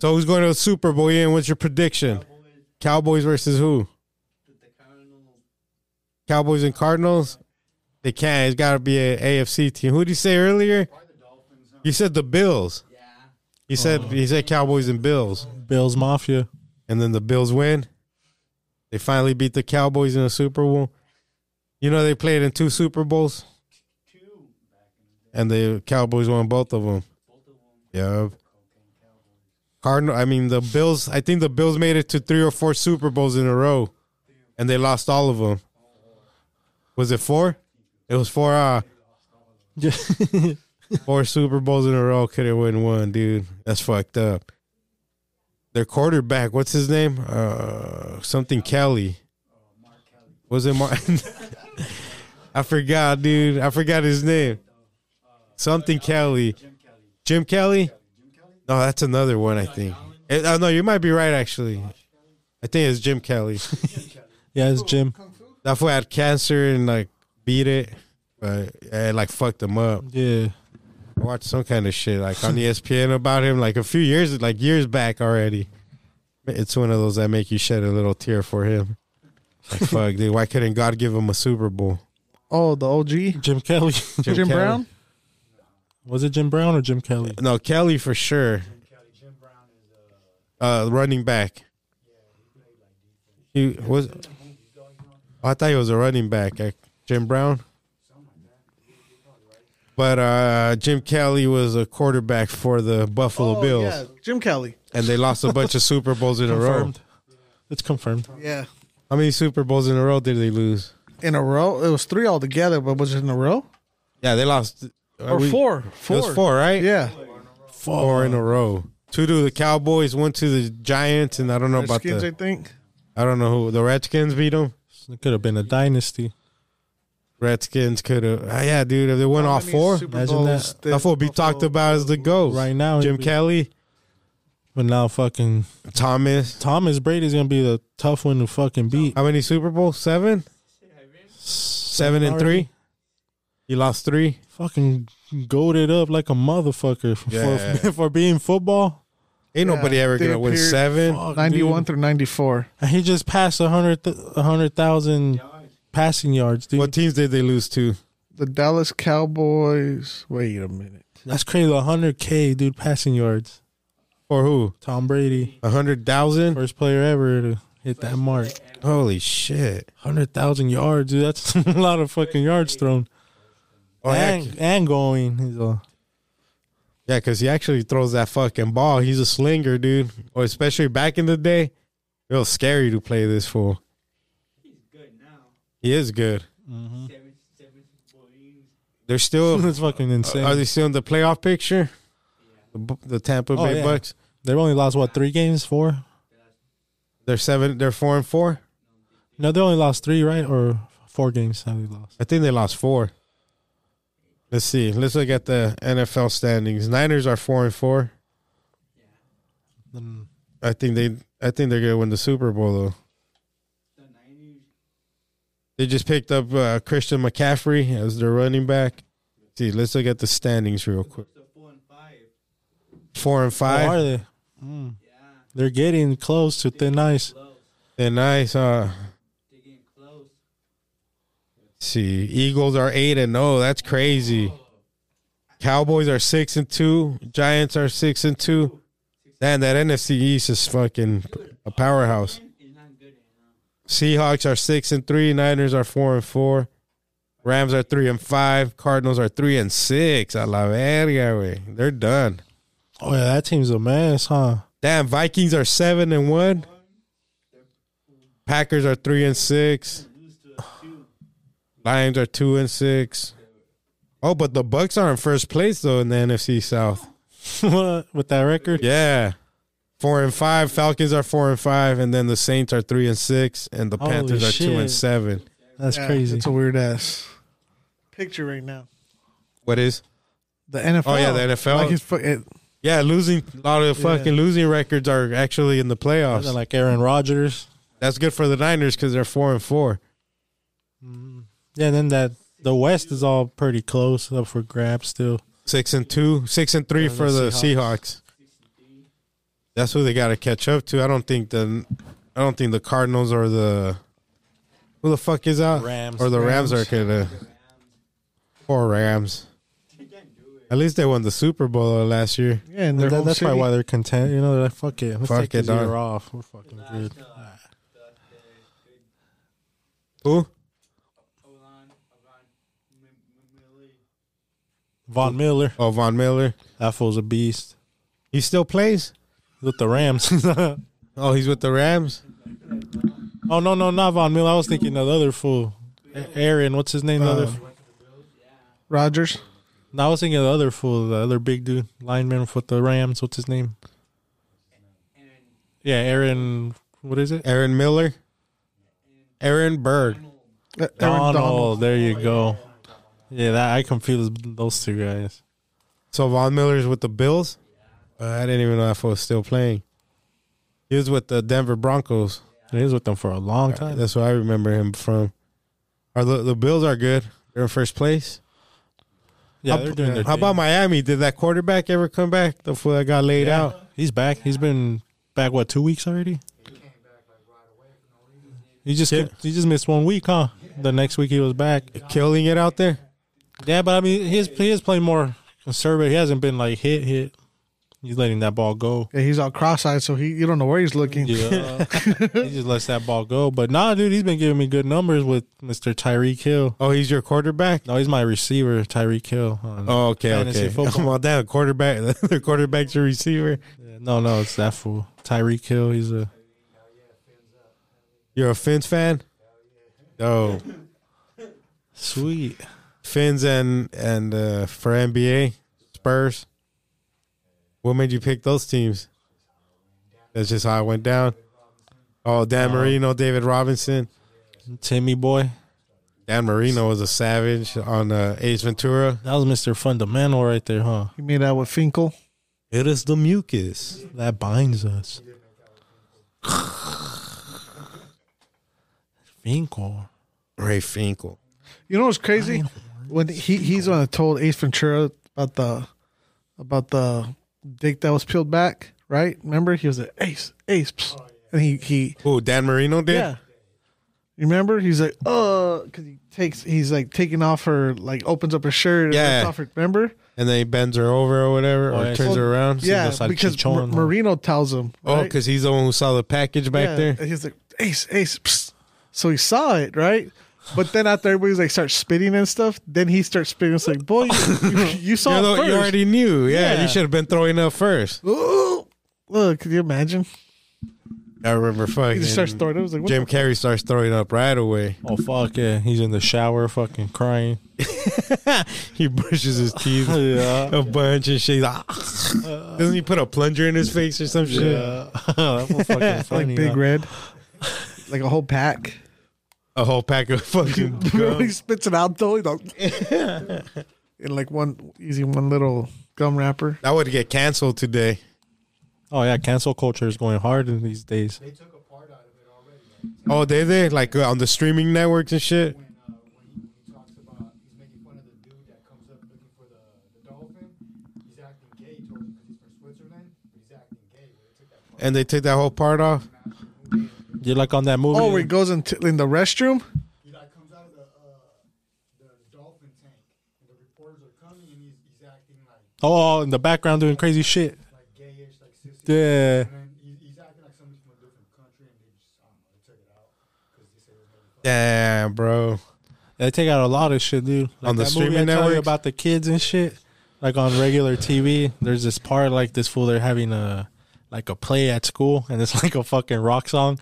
Speaker 2: So who's going to the Super Bowl? Ian, what's your prediction? Cowboys versus who? Cowboys and Cardinals. They can't. It's got to be an AFC team. Who did you say earlier? You said the Bills. Yeah. He said he said Cowboys and Bills.
Speaker 1: Bills Mafia.
Speaker 2: and then the Bills win. They finally beat the Cowboys in a Super Bowl. You know they played in two Super Bowls. And the Cowboys won both of them. Yeah. Cardinal. I mean the Bills. I think the Bills made it to three or four Super Bowls in a row, and they lost all of them. Was it four? It was four. Uh,
Speaker 1: [LAUGHS]
Speaker 2: four Super Bowls in a row. Could have win one, dude. That's fucked up their quarterback. What's his name? Uh, something Kelly. Was it Mark? [LAUGHS] I forgot, dude. I forgot his name. Something Kelly. Jim Kelly. No, that's another one. I think. Eh, Oh no, you might be right actually. I think it's Jim Kelly. [LAUGHS]
Speaker 1: yeah, it's Jim.
Speaker 2: That fool had cancer and like beat it, but eh, it like fucked him up.
Speaker 1: Yeah.
Speaker 2: I watched some kind of shit like on E ESPN about him like a few years like years back already. It's one of those that make you shed a little tear for him. Like fuck, dude, why couldn't God give him a Super Bowl?
Speaker 3: Oh, the OG.
Speaker 1: Jim Kelly. [LAUGHS]
Speaker 3: Jim,
Speaker 2: Kelly.
Speaker 3: Brown?
Speaker 1: Was it Jim Brown or Jim Kelly?
Speaker 2: No, Kelly for sure. Uh, running back. He was. oh, I thought he was a running back. uh, Jim Brown. But uh, Jim Kelly was a quarterback for the Buffalo
Speaker 3: Oh,
Speaker 2: Bills,
Speaker 3: yeah, Jim Kelly.
Speaker 2: and they lost a bunch of Super Bowls in a row.
Speaker 1: Confirmed. It's confirmed.
Speaker 3: Yeah.
Speaker 2: How many Super Bowls in a row did they lose?
Speaker 3: In a row? It was three altogether, but was it in a row?
Speaker 2: Yeah, they lost.
Speaker 3: Or four? Four.
Speaker 2: It was four, right?
Speaker 3: Yeah.
Speaker 2: four in a row. Two to the Cowboys, one to the Giants, and I don't know about
Speaker 3: Redskins, I
Speaker 2: the.
Speaker 3: think.
Speaker 2: I don't know who the Redskins beat them.
Speaker 1: It could have been a dynasty.
Speaker 2: Redskins could have. yeah, dude. If they went
Speaker 3: How
Speaker 2: all
Speaker 3: many
Speaker 2: four,
Speaker 3: Super
Speaker 1: Imagine
Speaker 3: Bowls
Speaker 1: that.
Speaker 3: did
Speaker 2: that's what would be
Speaker 3: Buffalo-
Speaker 2: talked about as the GOAT.
Speaker 1: Right now,
Speaker 2: Jim
Speaker 1: it'd be-
Speaker 2: Kelly,
Speaker 1: But now, fucking
Speaker 2: Thomas.
Speaker 1: Thomas Brady's gonna be the tough one to fucking beat.
Speaker 2: How many Super Bowls? Seven? Seven and three? He lost three.
Speaker 1: Fucking goaded up like a motherfucker for, [LAUGHS]
Speaker 2: Yeah.
Speaker 1: for, for being football.
Speaker 2: Ain't
Speaker 3: Yeah,
Speaker 2: nobody ever
Speaker 3: they
Speaker 2: going to win
Speaker 3: appeared-
Speaker 2: seven.
Speaker 1: Fuck,
Speaker 3: 91
Speaker 1: dude.
Speaker 3: through 94.
Speaker 1: And he just passed a hundred th- a hundred thousand passing yards, dude.
Speaker 2: What teams did they lose to?
Speaker 3: The Dallas Cowboys. Wait a minute.
Speaker 1: That's crazy. hundred k, dude, passing yards.
Speaker 2: For who?
Speaker 1: Tom Brady,
Speaker 2: A hundred thousand?
Speaker 1: first player ever to hit that mark.
Speaker 2: Holy shit!
Speaker 1: Hundred thousand yards, dude. That's [LAUGHS] a lot of fucking yards thrown
Speaker 2: Oh, yeah,
Speaker 1: and, and going. uh, [LAUGHS] So,
Speaker 2: yeah, because he actually throws that fucking ball. He's a slinger, dude. Or especially back in the day, it was scary to play this fool. He is good.
Speaker 1: [LAUGHS]
Speaker 2: They're still. uh,
Speaker 1: That's fucking
Speaker 2: Oh. Are
Speaker 1: insane.
Speaker 2: they still in the playoff picture? The, Bu- the Tampa
Speaker 1: Oh,
Speaker 2: Bay
Speaker 1: yeah.
Speaker 2: Bucks.
Speaker 1: They've only lost what three games, four?
Speaker 2: They're seven. They're four and four.
Speaker 1: No, they only lost three, right? Or four games have they lost?
Speaker 2: I think they lost four. Let's see. Let's look at the NFL standings. Niners are four and four.
Speaker 1: Mm.
Speaker 2: I think they. I think they're gonna win the Super Bowl though. They just picked up uh, Christian McCaffrey as their running back. See, let's look at the standings real quick. Four and
Speaker 1: How
Speaker 2: five.
Speaker 1: are they? Mm. They're getting close to thin ice.
Speaker 2: They're nice. Uh, see, Eagles are eight and oh, that's crazy. Cowboys are six and two. Giants are six and two. Man, that NFC East is fucking a powerhouse. Seahawks are six and three. Niners are four and four. Rams are three and five. Cardinals are three and six. I love way. They're done.
Speaker 1: Oh yeah, that team's a mess, huh? [LAUGHS]
Speaker 2: Damn, Vikings are seven and one. Packers are three and six. Lions are two and six. Oh, but the Bucks are in first place though in the NFC South.
Speaker 1: What with that record?
Speaker 2: Yeah. Four and five. Falcons are four and five, and then the Saints are three and six, and the
Speaker 1: Holy
Speaker 2: Panthers are two and
Speaker 1: shit.
Speaker 2: seven.
Speaker 1: That's
Speaker 3: Yeah,
Speaker 1: crazy.
Speaker 3: It's a weird ass picture right now.
Speaker 2: What is?
Speaker 3: The NFL.
Speaker 2: Oh yeah, the NFL.
Speaker 3: Like it's, fu- it,
Speaker 2: yeah, losing a lot of
Speaker 1: Yeah.
Speaker 2: fucking losing records are actually in the playoffs.
Speaker 1: They're like Aaron Rodgers.
Speaker 2: That's good for the Niners because they're four and four.
Speaker 1: Yeah, and then that the West is all pretty close up for grabs still.
Speaker 2: Six and two, six and three
Speaker 1: the
Speaker 2: for the
Speaker 1: Seahawks.
Speaker 2: Seahawks. That's who they got to catch up to. I don't think the, I don't think the Cardinals or the, who the fuck is out?
Speaker 1: Rams.
Speaker 2: or the Rams,
Speaker 3: Rams.
Speaker 2: are gonna. Poor Rams. At least they won the Super Bowl last year.
Speaker 3: yeah, and
Speaker 1: That-
Speaker 3: their home
Speaker 1: that's
Speaker 3: city.
Speaker 1: probably why they're content. You know, they're like, fuck it, let's
Speaker 2: Fuck
Speaker 1: take
Speaker 2: it,
Speaker 1: this year
Speaker 2: dog.
Speaker 1: off. We're fucking good.
Speaker 2: uh, Who?
Speaker 1: Von Miller,
Speaker 2: Oh, Von Miller.
Speaker 1: that fool's a beast.
Speaker 2: He still plays.
Speaker 1: With the Rams. [LAUGHS] oh
Speaker 2: Oh, he's with the Rams.
Speaker 1: no, no, not Von Miller. I was thinking of the other fool, A- Aaron. What's his name? The other.
Speaker 2: Um,
Speaker 1: fool?
Speaker 3: Rodgers.
Speaker 1: No, I was thinking of the other fool, the other big dude, lineman with the Rams. What's his name? Yeah, Aaron. What is it?
Speaker 2: Aaron Miller. Aaron Bird.
Speaker 3: Uh, Aaron
Speaker 1: Donald.
Speaker 3: Donald.
Speaker 1: There you go. Yeah, that I confused those two guys.
Speaker 2: So Von Miller's with the Bills. Uh, I didn't even know that fool was still playing. He was with the Denver Broncos.
Speaker 1: He was with them for a long time.
Speaker 2: That's what I remember him from. Are the, the Bills are good? They're in first place.
Speaker 1: Yeah,
Speaker 2: how,
Speaker 1: they're doing their
Speaker 2: how
Speaker 1: thing.
Speaker 2: about Miami? Did that quarterback ever come back? The fool that got laid
Speaker 1: Yeah.
Speaker 2: out.
Speaker 1: He's back. He's been back what two weeks already. He just
Speaker 2: Yeah.
Speaker 1: kept- he just missed one week, huh? The next week he was back.
Speaker 2: killing it out there.
Speaker 1: Yeah, but I mean, he's he is playing more conservative. He hasn't been like hit hit. He's letting that ball
Speaker 2: [LAUGHS]
Speaker 1: go.
Speaker 3: Yeah, he's all cross-eyed, so he you don't know where he's looking.
Speaker 1: Yeah, he just lets that ball go. But nah, dude, he's been giving me good numbers with Mister Tyreek Hill.
Speaker 2: Oh, he's your quarterback.
Speaker 1: No, he's my receiver, Tyreek Hill. on-
Speaker 2: Oh, okay,
Speaker 1: Fantasy
Speaker 2: okay. [LAUGHS]
Speaker 1: football.
Speaker 2: Come on down, quarterback. [LAUGHS] the quarterback's your receiver.
Speaker 1: Yeah, no, no, it's that fool, Tyreek Hill. He's a
Speaker 2: You're a Finns fan. Oh,
Speaker 1: sweet.
Speaker 2: Finns and and uh, for NBA Spurs. What made you pick those teams? That's just how it went
Speaker 1: Uh-huh.
Speaker 2: down. Oh, Dan Marino, David Robinson.
Speaker 1: Timmy boy.
Speaker 2: Dan Marino was a savage on uh, Ace Ventura.
Speaker 1: That was Mr. Fundamental right there, huh?
Speaker 3: He made out with Finkel.
Speaker 2: It is the mucus.
Speaker 1: That binds us. [SIGHS] Finkel.
Speaker 2: Ray Finkel.
Speaker 3: You know what's crazy? When he he's when I told Ace Ventura about the about the dick that was peeled back, right? Remember he was like Ace, Ace, psst. and he he
Speaker 2: Who Dan Marino did?
Speaker 3: yeah. You remember he's like uh because he takes he's like taking off her like opens up her shirt and
Speaker 2: Yeah.
Speaker 3: rips off her, remember
Speaker 2: And then he bends her over or whatever,
Speaker 1: Oh,
Speaker 2: or
Speaker 1: yeah.
Speaker 2: turns her around.
Speaker 3: yeah
Speaker 1: that's like
Speaker 3: because
Speaker 1: Chichon,
Speaker 3: Mar-
Speaker 1: huh?
Speaker 3: Marino tells him
Speaker 2: Oh,
Speaker 3: right?
Speaker 2: because he's the one who saw the package back
Speaker 3: Yeah,
Speaker 2: there.
Speaker 3: and he's like Ace Ace psst. so he saw it right but then after everybody's like starts spitting and stuff then he starts spitting it's like boy you,
Speaker 2: [LAUGHS]
Speaker 3: you, you saw
Speaker 2: You, know,
Speaker 3: it first.
Speaker 2: you already knew. Yeah,
Speaker 3: Yeah.
Speaker 2: you should have been throwing up first.
Speaker 3: Ooh. Look, could you imagine?
Speaker 2: I remember
Speaker 3: He
Speaker 2: fucking.
Speaker 3: just starts throwing. It I was like, what
Speaker 2: Jim Carrey starts throwing up right away.
Speaker 1: Oh fuck yeah, he's in the shower, fucking crying. [LAUGHS]
Speaker 2: He brushes his teeth
Speaker 1: Yeah, Uh.
Speaker 2: a bunch and shit. He's like, Doesn't he put a plunger in his face or some shit?
Speaker 1: yeah. Oh, that was
Speaker 2: [LAUGHS]
Speaker 1: fucking
Speaker 3: the- like
Speaker 1: funny.
Speaker 3: big
Speaker 1: huh?
Speaker 3: red, like a whole pack.
Speaker 2: A whole pack of
Speaker 3: [LAUGHS]
Speaker 2: fucking
Speaker 3: Remember he
Speaker 2: gum.
Speaker 3: spits it out though, He's
Speaker 2: [LAUGHS]
Speaker 3: like, in like one easy one little gum wrapper.
Speaker 2: That would get canceled today.
Speaker 1: Oh yeah, cancel culture is going hard in these days.
Speaker 2: Oh, they they like uh, on the streaming networks and shit.
Speaker 4: when uh, when he, he talks about he's making fun of the dude that comes up looking for the, the dolphin. He's acting gay towards him because he's from Switzerland, but he's acting gay. They took that part
Speaker 2: And they take that whole part off.
Speaker 1: You're like on that movie.
Speaker 3: Oh, where he goes into in the restroom.
Speaker 4: He like comes out of the uh, the dolphin tank, and the reporters are coming, and he's, he's acting like
Speaker 1: Oh, in the background doing crazy shit.
Speaker 4: like gayish, like sissy.
Speaker 1: Yeah.
Speaker 4: And then he, he's acting like somebody from a different country, and they just I don't know, they took it out because they said it was making fun.
Speaker 2: Damn, bro.
Speaker 1: They take out a lot of shit, dude. Like
Speaker 2: On the
Speaker 1: that
Speaker 2: streaming
Speaker 1: movie I tell you
Speaker 2: networks?
Speaker 1: about the kids and shit. Like on regular TV, there's this part like this fool. They're having a like a play at school, and it's [LAUGHS] like a fucking rock song.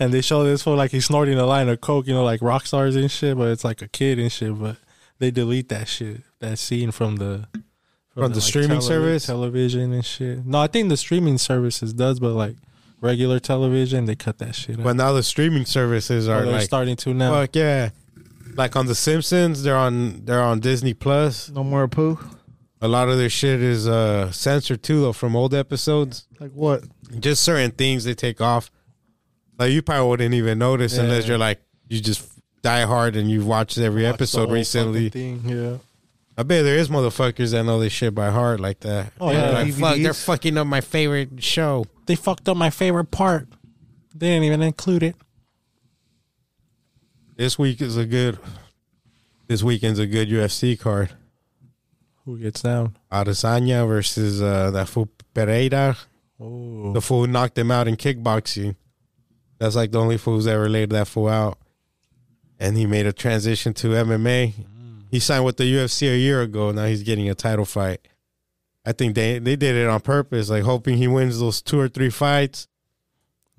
Speaker 1: And they show this fool like he's snorting a line of coke, you know, like rock stars and shit. But it's like a kid and shit. But they delete that shit, that scene from the
Speaker 2: From the streaming service?
Speaker 1: television and shit. No, I think the streaming services does, but like regular television, they cut that shit.
Speaker 2: But
Speaker 1: out.
Speaker 2: now the streaming services
Speaker 1: Oh,
Speaker 2: are
Speaker 1: they're
Speaker 2: like,
Speaker 1: starting to now.
Speaker 2: fuck yeah. Like on The Simpsons, they're on they're on Disney Plus.
Speaker 3: No more poo.
Speaker 2: A lot of their shit is uh censored too though from old episodes.
Speaker 3: Like what?
Speaker 2: Just certain things they take off. Like you probably wouldn't even notice
Speaker 1: Yeah.
Speaker 2: unless you're like you just die hard and you've watched every
Speaker 1: Watch the
Speaker 2: episode
Speaker 1: whole
Speaker 2: recently.
Speaker 1: fucking Thing. Yeah.
Speaker 2: I bet there is motherfuckers that know this shit by heart like that.
Speaker 1: Oh, yeah.
Speaker 2: They're like, fuck,
Speaker 3: DVDs.
Speaker 2: they're fucking up my favorite show.
Speaker 1: They fucked up my favorite part. They didn't even include it.
Speaker 2: This week is a good. This weekend's a good UFC card.
Speaker 1: Who gets down?
Speaker 2: Adesanya versus uh, that fool Pereira.
Speaker 1: Oh,
Speaker 2: The fool who knocked him out in kickboxing. That's like the only fools that ever laid that fool out. And he made a transition to MMA. He signed with the UFC a year ago. Now he's getting a title fight. I think they they did it on purpose, like hoping he wins those two or three fights,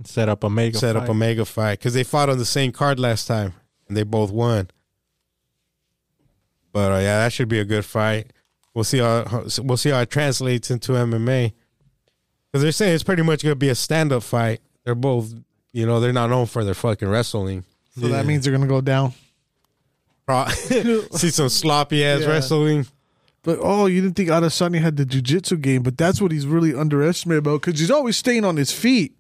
Speaker 1: set up a mega.
Speaker 2: set up a [LAUGHS]
Speaker 1: fight.
Speaker 2: mega fight because they fought on the same card last time and they both won. But uh, yeah, that should be a good fight. We'll see how how- we'll see how it translates into MMA because they're saying it's pretty much gonna be a stand up fight. They're both, you know, they're not known for their fucking wrestling.
Speaker 3: So that means they're gonna go down.
Speaker 2: Pro- [LAUGHS] see some sloppy ass
Speaker 3: Yeah.
Speaker 2: wrestling.
Speaker 3: But oh, you didn't think Adesanya had the jujitsu game, but that's what he's really underestimated about because he's always staying on his feet.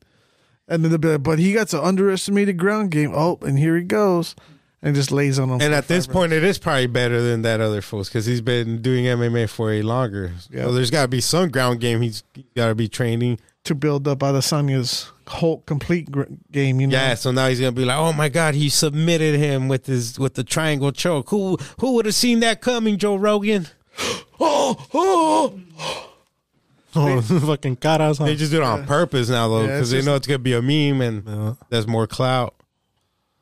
Speaker 3: And then they'll be like, but he got an underestimated ground game. Oh, and here he goes, and just lays on him.
Speaker 2: And at this point, it is probably better than that other fool's because he's been doing MMA for a longer.
Speaker 3: Yeah.
Speaker 2: So there's got to be some ground game he's got to be training.
Speaker 3: to build up Adesanya's whole complete gr- game. You know,
Speaker 2: Yeah, so now he's gonna be like, "Oh my God, he submitted him with his with the triangle choke. Who who would have seen that coming, Joe Rogan?"
Speaker 3: Oh, [GASPS] oh,
Speaker 1: fucking caras. Huh?
Speaker 2: Oh. They just do it on purpose now, though,
Speaker 3: Yeah, it's
Speaker 2: because they
Speaker 3: just-
Speaker 2: know it's gonna be a meme, and that's more clout.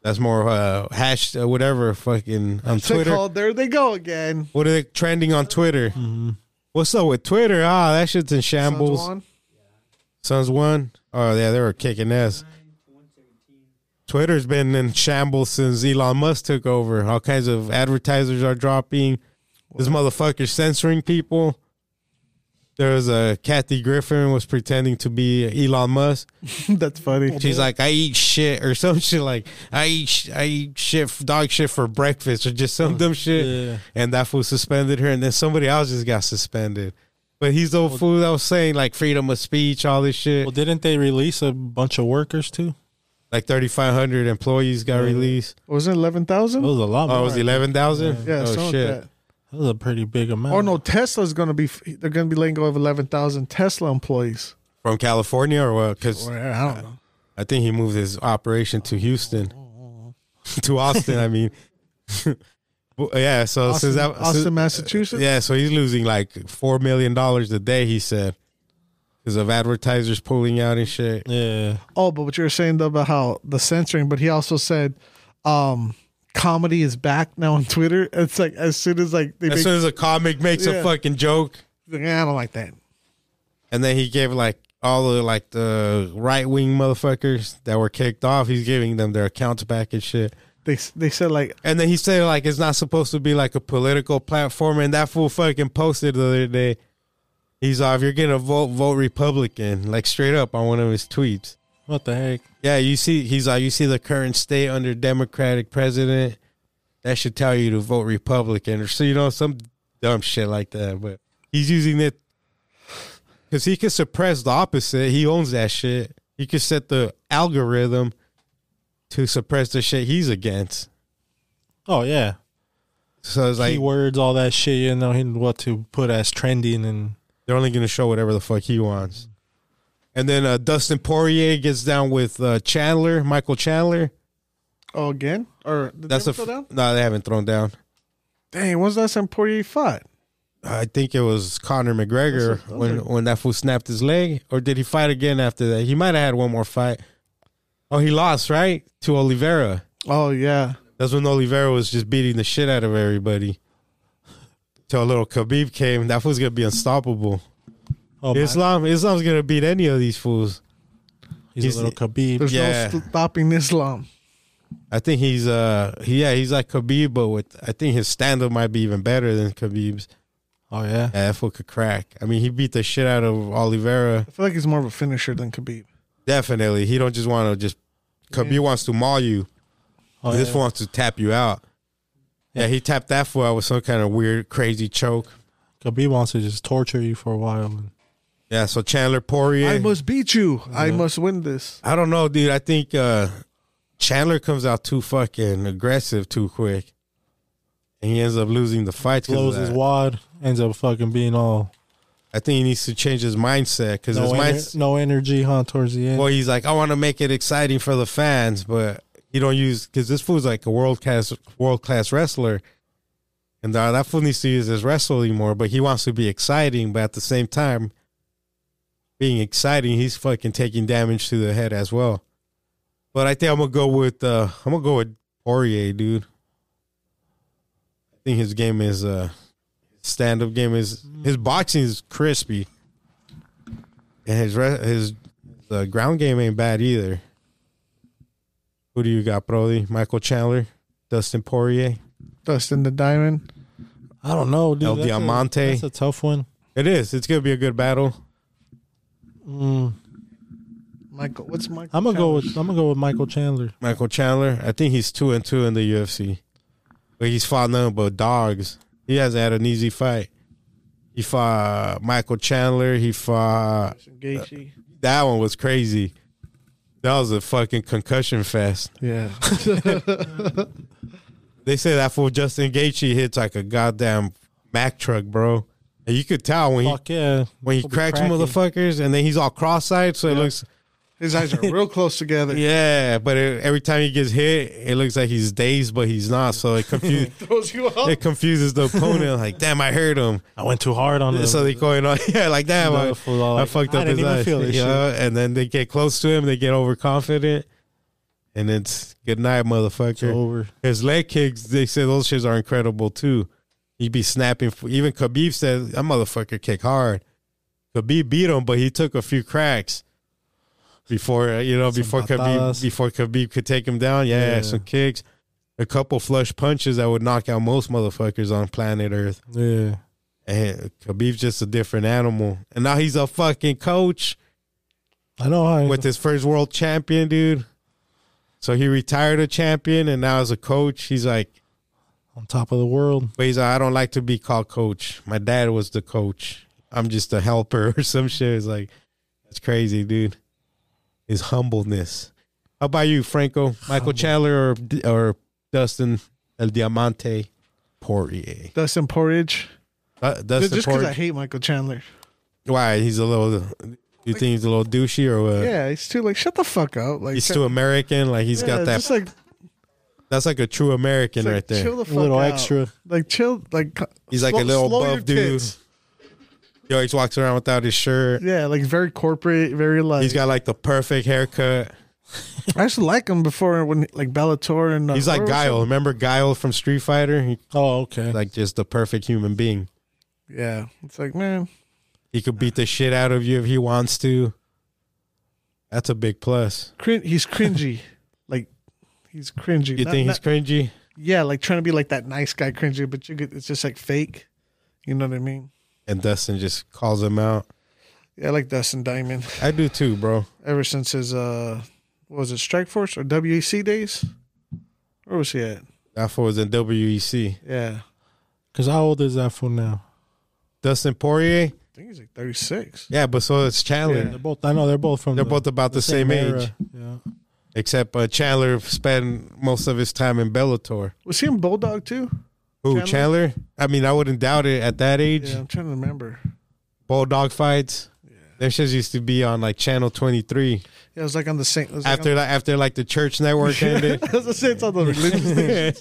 Speaker 2: That's more uh, hash uh, whatever fucking on
Speaker 3: Check
Speaker 2: Twitter.
Speaker 3: hold, there they go again.
Speaker 2: What are they trending on Twitter?
Speaker 3: Mm-hmm.
Speaker 2: What's up with Twitter? Ah, that shit's in shambles.
Speaker 3: Sanjuan.
Speaker 2: Suns won. Oh yeah, they were kicking ass. Twitter's been in shambles since Elon Musk took over. All kinds of advertisers are dropping. This motherfucker's censoring people. there was a Kathy Griffin was pretending to be Elon Musk.
Speaker 3: [LAUGHS] That's funny.
Speaker 2: She's like, I eat shit or [LAUGHS] some shit like I eat sh- I eat shit dog shit for breakfast or just some dumb shit.
Speaker 1: Yeah.
Speaker 2: And that fool suspended her, and then somebody else just got suspended. But he's the fool that was saying like freedom of speech, all this shit.
Speaker 1: Well, didn't they release a bunch of workers too?
Speaker 2: like thirty five hundred employees got
Speaker 1: Yeah.
Speaker 2: released.
Speaker 3: Was it eleven
Speaker 1: It
Speaker 3: thousand?
Speaker 1: was a lot.
Speaker 2: Oh, it
Speaker 1: more.
Speaker 2: was eleven thousand.
Speaker 3: Yeah,
Speaker 2: oh
Speaker 3: something
Speaker 2: shit.
Speaker 3: like that.
Speaker 1: That was a pretty big amount.
Speaker 3: Oh no, Tesla's gonna be. They're gonna be letting go of eleven thousand Tesla employees.
Speaker 2: From California or what? Because
Speaker 3: Or, I don't know.
Speaker 2: I think he moved his operation to Houston,
Speaker 3: Oh,
Speaker 2: [LAUGHS] to Austin. I mean, Well, yeah. So
Speaker 3: Austin,
Speaker 2: since that,
Speaker 3: Austin,
Speaker 2: since-
Speaker 3: Massachusetts.
Speaker 2: yeah, so he's losing like four million dollars a day. He said because of advertisers pulling out and shit.
Speaker 1: Yeah.
Speaker 3: Oh, but what you were saying though about how the censoring, but he also said, um, comedy is back now on Twitter. It's like as soon as like they
Speaker 2: As
Speaker 3: make,
Speaker 2: soon as a comic makes
Speaker 3: Yeah.
Speaker 2: a fucking joke,
Speaker 3: like, "Eh, I don't like that.
Speaker 2: and then he gave like all the like the right wing motherfuckers that were kicked off. He's giving them their accounts back and shit.
Speaker 3: They they said like
Speaker 2: And then he said like it's not supposed to be like a political platform. And that fool fucking posted the other day. He's off. You're gonna vote vote Republican, like straight up on one of his tweets.
Speaker 1: What the heck?
Speaker 2: Yeah, you see, he's like, you see the current state under Democratic president. That should tell you to vote Republican, or so you know some dumb shit like that. But he's using it because he can suppress the opposite. He owns that shit. He can set the algorithm to suppress the shit he's against.
Speaker 1: Oh yeah.
Speaker 2: So it's like
Speaker 1: Keywords, all that shit. You know, he knew what to put as trending and
Speaker 2: They're only going to show whatever the fuck he wants. And then uh, Dustin Poirier gets down with uh, Chandler, Michael Chandler.
Speaker 3: oh again or did
Speaker 2: That's
Speaker 3: they
Speaker 2: a
Speaker 3: ever go down?
Speaker 2: no. They haven't thrown down.
Speaker 3: Dang, when's the last time Poirier fought?
Speaker 2: I think it was Conor McGregor
Speaker 3: That's a-
Speaker 2: when when that fool snapped his leg, or did he fight again after that? He might have had one more fight. Oh, he lost right to Oliveira.
Speaker 3: Oh yeah,
Speaker 2: That's when Oliveira was just beating the shit out of everybody. Till a little Khabib came, that fool's gonna be unstoppable.
Speaker 1: oh, my-
Speaker 2: Islam, Islam's gonna beat any of these fools.
Speaker 1: he's,
Speaker 2: he's-
Speaker 1: a little Khabib.
Speaker 3: there's
Speaker 2: Yeah.
Speaker 3: no stopping Islam.
Speaker 2: I think he's uh he, yeah he's like Khabib, but with I think his stand up might be even better than Khabib's.
Speaker 1: Oh yeah.
Speaker 2: Yeah, that fool could crack. I mean, he beat the shit out of Oliveira.
Speaker 3: I feel like he's more of a finisher than Khabib.
Speaker 2: Definitely, he don't just want to just. Khabib wants to maul you.
Speaker 1: Oh,
Speaker 2: this
Speaker 1: yeah.
Speaker 2: fool wants to tap you out. Yeah, he tapped that fool out with some kind of weird, crazy choke.
Speaker 1: Khabib wants to just torture you for a while.
Speaker 2: Yeah, so Chandler Poirier.
Speaker 3: I
Speaker 2: I,
Speaker 3: must beat you. I must win this.
Speaker 2: don't know, dude. I think uh, Chandler comes out too fucking aggressive too quick, and he ends up losing the fight. 'cause of
Speaker 1: Blows his
Speaker 2: that.
Speaker 1: wad, ends up fucking being all
Speaker 2: I think he needs to change his mindset because
Speaker 1: no,
Speaker 2: his
Speaker 1: ener-
Speaker 2: mindset.
Speaker 1: no energy, huh? Towards the end.
Speaker 2: Well, he's like, I want to make it exciting for the fans, but he don't use because this fool's like a world class world class wrestler, and that that fool needs to use his wrestling more. But he wants to be exciting, but at the same time, being exciting, he's fucking taking damage to the head as well. But I think I'm gonna go with uh, I'm gonna go with Poirier, dude. I think his game is uh, stand up game is his boxing is crispy, and his re- his the ground game ain't bad either. Who do you got, Brody? Michael Chandler, Dustin Poirier.
Speaker 3: Dustin the Diamond.
Speaker 1: I don't know, dude.
Speaker 2: El
Speaker 1: That's a-
Speaker 2: Diamante.
Speaker 1: that's a tough one.
Speaker 2: It is. It's gonna be a good battle.
Speaker 1: Mm,
Speaker 3: Michael, what's Michael?
Speaker 1: I'm gonna go
Speaker 3: Chandler?
Speaker 1: with I'm gonna go with Michael Chandler.
Speaker 2: Michael Chandler. I think he's two and two in the UFC, but he's fought nothing but dogs. He hasn't had an easy fight. He fought Michael Chandler. He fought
Speaker 3: Gaethje.
Speaker 2: that one was crazy. That was a fucking concussion fest.
Speaker 3: Yeah.
Speaker 2: They say that fool Justin Gaethje hits like a goddamn Mack truck, bro. And you could tell when he
Speaker 1: Fuck yeah.
Speaker 2: when he
Speaker 1: He'll be
Speaker 2: cracks
Speaker 1: cracking.
Speaker 2: motherfuckers and then he's all cross-eyed so it looks
Speaker 3: [LAUGHS] His eyes are real close together.
Speaker 2: yeah but it, every time he gets hit it looks like he's dazed but he's not so
Speaker 1: [LAUGHS]
Speaker 2: it confuses
Speaker 3: [LAUGHS] Throws you off.
Speaker 2: it confuses the opponent like damn I heard
Speaker 1: [LAUGHS]
Speaker 2: him
Speaker 1: I went too hard on him.
Speaker 2: so they going on [LAUGHS] yeah like damn I,
Speaker 1: The fool all
Speaker 2: I
Speaker 1: like,
Speaker 2: fucked
Speaker 1: I
Speaker 2: up
Speaker 1: didn't
Speaker 2: his
Speaker 1: even
Speaker 2: eyes
Speaker 1: feel this
Speaker 2: you know? and then they get close to him they get overconfident and it's good night
Speaker 1: It's
Speaker 2: motherfucker
Speaker 1: over.
Speaker 2: his leg kicks, they say those shits are incredible too. He be snapping. For, even Khabib said that motherfucker kick hard. Khabib beat him, but he took a few cracks before uh, you know
Speaker 1: Some
Speaker 2: before Khabib
Speaker 1: patadas.
Speaker 2: before Khabib could take him down. Yeah,
Speaker 1: Yeah.
Speaker 2: some kicks, a couple flush punches that would knock out most motherfuckers on planet Earth.
Speaker 1: Yeah.
Speaker 2: And Khabib's just a different animal, and now he's a fucking coach
Speaker 1: I know. I,
Speaker 2: with his first world champion, dude. So he retired a champion, and now as a coach, he's like,
Speaker 1: on top of the world.
Speaker 2: but he's like, I don't like to be called coach. My dad was the coach. I'm just a helper [LAUGHS] or some shit. It's like, that's crazy, dude. His humbleness. How about you, Franco? Michael Chandler or or Dustin El Diamante Poirier?
Speaker 3: Dustin Porridge.
Speaker 2: Uh,
Speaker 3: Just
Speaker 2: Dustin
Speaker 3: 'cause because I
Speaker 2: Poirier.
Speaker 3: hate Michael Chandler.
Speaker 2: Why he's a little? You think he's a little douchey or what?
Speaker 3: Yeah, he's too like shut the fuck up. Like
Speaker 2: Uh, He's
Speaker 3: shut-
Speaker 2: too American. Like he's
Speaker 3: yeah,
Speaker 2: got that.
Speaker 3: Just like,
Speaker 2: that's like a true American
Speaker 3: just, like,
Speaker 2: right there.
Speaker 3: Chill the fuck
Speaker 1: A little
Speaker 3: out.
Speaker 1: extra.
Speaker 3: Like chill. Like
Speaker 2: He's like a little buff dude.
Speaker 3: dudes.
Speaker 2: He always walks around without his shirt.
Speaker 3: Yeah, like very corporate, very like.
Speaker 2: He's got like the perfect haircut.
Speaker 3: I used to like him before when like Bellator and uh,
Speaker 2: He's like
Speaker 3: where was
Speaker 2: Guile. Remember Guile from Street Fighter? He's
Speaker 1: Oh, okay.
Speaker 2: like just the perfect human being.
Speaker 3: it? Yeah, it's like man,
Speaker 2: He could beat the shit out of you if he wants to. That's a big plus.
Speaker 3: crin- he's cringy. [LAUGHS] like he's cringy.
Speaker 2: You
Speaker 3: Not-
Speaker 2: think
Speaker 3: not-
Speaker 2: he's cringy?
Speaker 3: yeah, like trying to be like that nice guy cringy, but you get it's just like fake. You know what I mean?
Speaker 2: And Dustin just calls him out.
Speaker 3: Yeah, I like Dustin Diamond.
Speaker 2: I do too, bro.
Speaker 3: Ever since his uh, what was it Strike Force or WEC days? Where was he at?
Speaker 2: That fool was in E WEC.
Speaker 3: Yeah,
Speaker 1: Because how old is that for now?
Speaker 2: Dustin Poirier?
Speaker 3: I think he's like thirty six.
Speaker 2: Yeah, but so is Chandler.
Speaker 3: Yeah.
Speaker 1: They're both. I know they're both from.
Speaker 2: They're
Speaker 1: the,
Speaker 2: both about the, same,
Speaker 1: era.
Speaker 2: age,
Speaker 1: Yeah.
Speaker 2: except uh, Chandler spent most of his time in Bellator.
Speaker 3: Was he in Bulldog too?
Speaker 2: Who,
Speaker 3: Chandler?
Speaker 2: Chandler? I mean, I wouldn't doubt it at that age.
Speaker 3: Yeah, I'm trying to remember.
Speaker 2: Bulldog fights. Them shits used to be on like Channel 23.
Speaker 3: Yeah, it was like on the same. it was, like,
Speaker 2: after that, after like the church network [LAUGHS]
Speaker 3: [LAUGHS]
Speaker 2: ended,
Speaker 3: That's the same on the religious thing.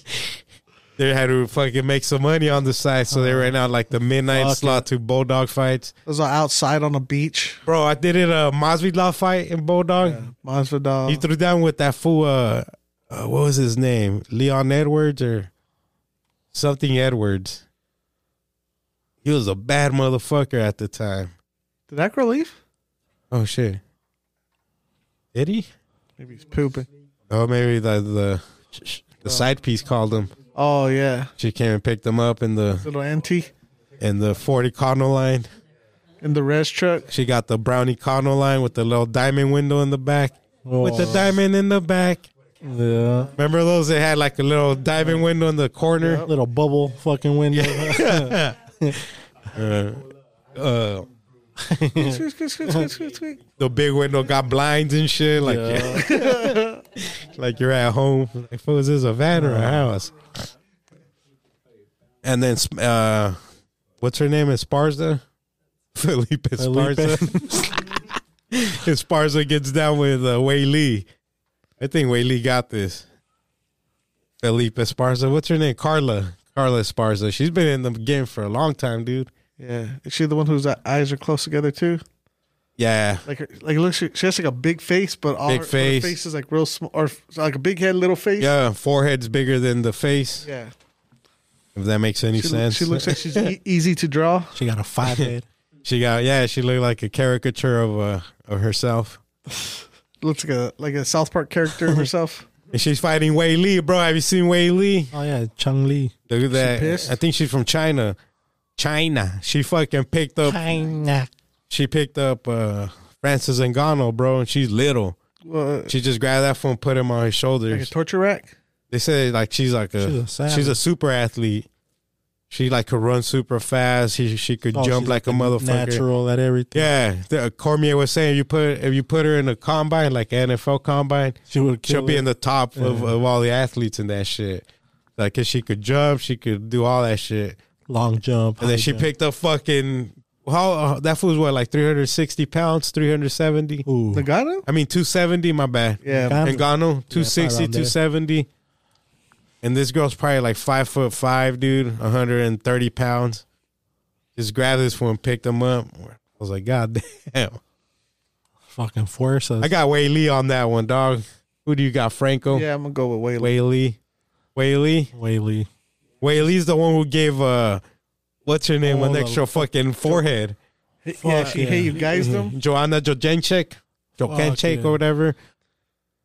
Speaker 2: they had to fucking make some money on the side, so they ran out like the midnight
Speaker 1: Fuck
Speaker 2: slot to bulldog fights.
Speaker 3: It was outside on a beach.
Speaker 2: Bro, I did it a Masvidal fight in bulldog.
Speaker 3: Masvidal.
Speaker 2: He threw down with that fool. Uh, uh, what was his name? Leon Edwards or something Edwards. He was a bad motherfucker at the time.
Speaker 3: Did that girl leave?
Speaker 2: Oh shit. Did he?
Speaker 3: Maybe he's pooping.
Speaker 2: Oh, maybe the the the side piece called him.
Speaker 3: Oh yeah,
Speaker 2: She came and picked him up in the
Speaker 3: little auntie
Speaker 2: in the forty Cardinal line.
Speaker 3: in the res truck.
Speaker 2: She got the brownie Cardinal line with the little diamond window in the back. With the
Speaker 1: Oh,
Speaker 2: diamond in the back.
Speaker 1: yeah.
Speaker 2: Remember those? They had like a little diamond window in the corner.
Speaker 1: Little bubble fucking window.
Speaker 2: Uh, uh,
Speaker 3: Squeak, squeak, squeak, squeak, squeak, squeak.
Speaker 2: the big window got blinds and shit. Like
Speaker 1: Yeah.
Speaker 2: [LAUGHS] like you're at home. Like, what is this a van or a house? And then, uh, what's her name? Esparza, [LAUGHS] Felipe Esparza. [LAUGHS] Esparza gets down with uh, Wei Lee. I think Wei Lee got this. Felipe Esparza. What's her name? Carla. Carla Esparza. She's been in the game for a long time, dude.
Speaker 3: Yeah, is she the one whose eyes are close together too?
Speaker 2: Yeah.
Speaker 3: Like, her, like look, she, she has like a big face, but all
Speaker 2: Big
Speaker 3: her, her
Speaker 2: face.
Speaker 3: face is like real small, or f- like a big head, little face.
Speaker 2: Yeah. Forehead's bigger than the face,
Speaker 3: yeah.
Speaker 2: if that makes any
Speaker 3: She, lo-
Speaker 2: sense.
Speaker 3: she looks like she's
Speaker 1: [LAUGHS]
Speaker 3: e- easy to draw.
Speaker 1: she got a five
Speaker 2: [LAUGHS]
Speaker 1: head.
Speaker 2: She got yeah. She looked like a caricature of uh of herself.
Speaker 3: Looks like a like a South
Speaker 1: [LAUGHS]
Speaker 3: Park character herself.
Speaker 2: And she's fighting Wei Li, bro. Have you seen Wei Li?
Speaker 1: Oh yeah, Chung Lee.
Speaker 2: Look at that.
Speaker 3: pissed?
Speaker 2: I think she's from China. China. She fucking picked up. She picked up uh Francis Ngannou, bro. And she's little.
Speaker 3: Well,
Speaker 2: She just grabbed that phone, put him on his
Speaker 3: like a
Speaker 2: shoulders.
Speaker 3: Uh, torture rack.
Speaker 2: They say like she's like a
Speaker 1: She's
Speaker 2: she's
Speaker 1: a
Speaker 2: a,
Speaker 1: savage.
Speaker 2: super athlete. She like could run super fast. She she could
Speaker 1: Oh,
Speaker 2: jump
Speaker 1: she's
Speaker 2: like, a motherfucker.
Speaker 1: Natural at everything.
Speaker 2: Yeah, the, uh, Cormier was saying you put if you put her in a combine like NFL combine,
Speaker 1: She would
Speaker 2: she'll
Speaker 1: kill
Speaker 2: be
Speaker 1: it.
Speaker 2: in the top of,
Speaker 1: Yeah.
Speaker 2: of all the athletes in that shit. Like, 'cause she could jump, she could do all that shit.
Speaker 1: long jump.
Speaker 2: And then
Speaker 1: high
Speaker 2: she
Speaker 1: jump.
Speaker 2: picked up fucking how uh, that fool's what like three hundred sixty pounds, three hundred seventy.
Speaker 1: Ooh.
Speaker 3: Nagano.
Speaker 2: I mean two seventy. My bad.
Speaker 3: Yeah,
Speaker 1: Nagano.
Speaker 2: And Gano two sixty,
Speaker 1: around there.
Speaker 2: two seventy. And this girl's probably like five foot five, dude, one hundred and thirty pounds. Just grabbed this one, picked him up. I was like, God damn.
Speaker 1: fucking force.
Speaker 2: I got Way Lee on that one, dog. Who do you got, Franco?
Speaker 3: yeah, I'm gonna go with Whaley.
Speaker 2: Way Lee. Way Lee.
Speaker 1: Whaley.
Speaker 2: Way Lee's the one who gave uh what's her name?
Speaker 1: Oh,
Speaker 2: An
Speaker 1: the-
Speaker 2: extra fucking forehead.
Speaker 3: yeah,
Speaker 1: Fuck
Speaker 3: she
Speaker 1: yeah.
Speaker 3: hey you guys them.
Speaker 2: Joanna Jojenchek. Jokenchek
Speaker 1: yeah.
Speaker 2: or whatever.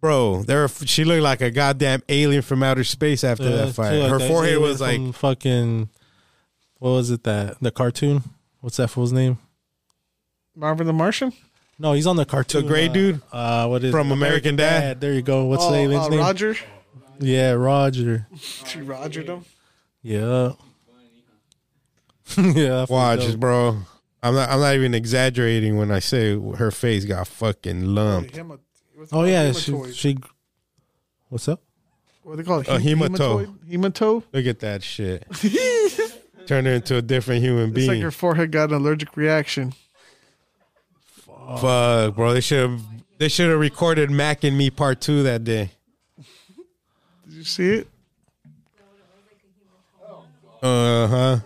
Speaker 2: Bro, there she looked like a goddamn alien from outer space after
Speaker 1: Yeah,
Speaker 2: that
Speaker 1: Uh, she
Speaker 2: fight.
Speaker 1: like
Speaker 2: Her
Speaker 1: that
Speaker 2: forehead
Speaker 1: alien
Speaker 2: was like
Speaker 1: from fucking what was it that the cartoon? What's that fool's name?
Speaker 3: Marvin the Martian.
Speaker 1: No, he's on the cartoon.
Speaker 2: gray
Speaker 1: uh,
Speaker 2: dude?
Speaker 1: Uh, what is
Speaker 2: From
Speaker 1: it?
Speaker 2: American Dad?
Speaker 1: There you go. What's
Speaker 3: oh,
Speaker 1: the alien's
Speaker 3: uh,
Speaker 1: name?
Speaker 3: Roger.
Speaker 1: Yeah, Roger.
Speaker 3: She Rogered him.
Speaker 1: Yeah. [LAUGHS] yeah. I
Speaker 2: Watch,
Speaker 1: forgot.
Speaker 2: bro. I'm not. I'm not even exaggerating when I say her face got fucking lumped.
Speaker 3: Hemo- what's it
Speaker 1: Oh
Speaker 3: called?
Speaker 1: yeah, she,
Speaker 3: Hematoid.
Speaker 1: she. Uh, What's up?
Speaker 3: what do they call it?
Speaker 2: A
Speaker 3: He-
Speaker 2: hemato.
Speaker 3: Hematoid?
Speaker 2: Look at that
Speaker 1: [LAUGHS]
Speaker 2: shit.
Speaker 3: Hemato.
Speaker 2: Turned her into a different human
Speaker 3: It's like
Speaker 2: being.
Speaker 3: your forehead got an allergic reaction.
Speaker 2: Fuck, bro. They should have. They should have recorded Mac and Me Part Two that day.
Speaker 3: Did you see it?
Speaker 2: Uh huh.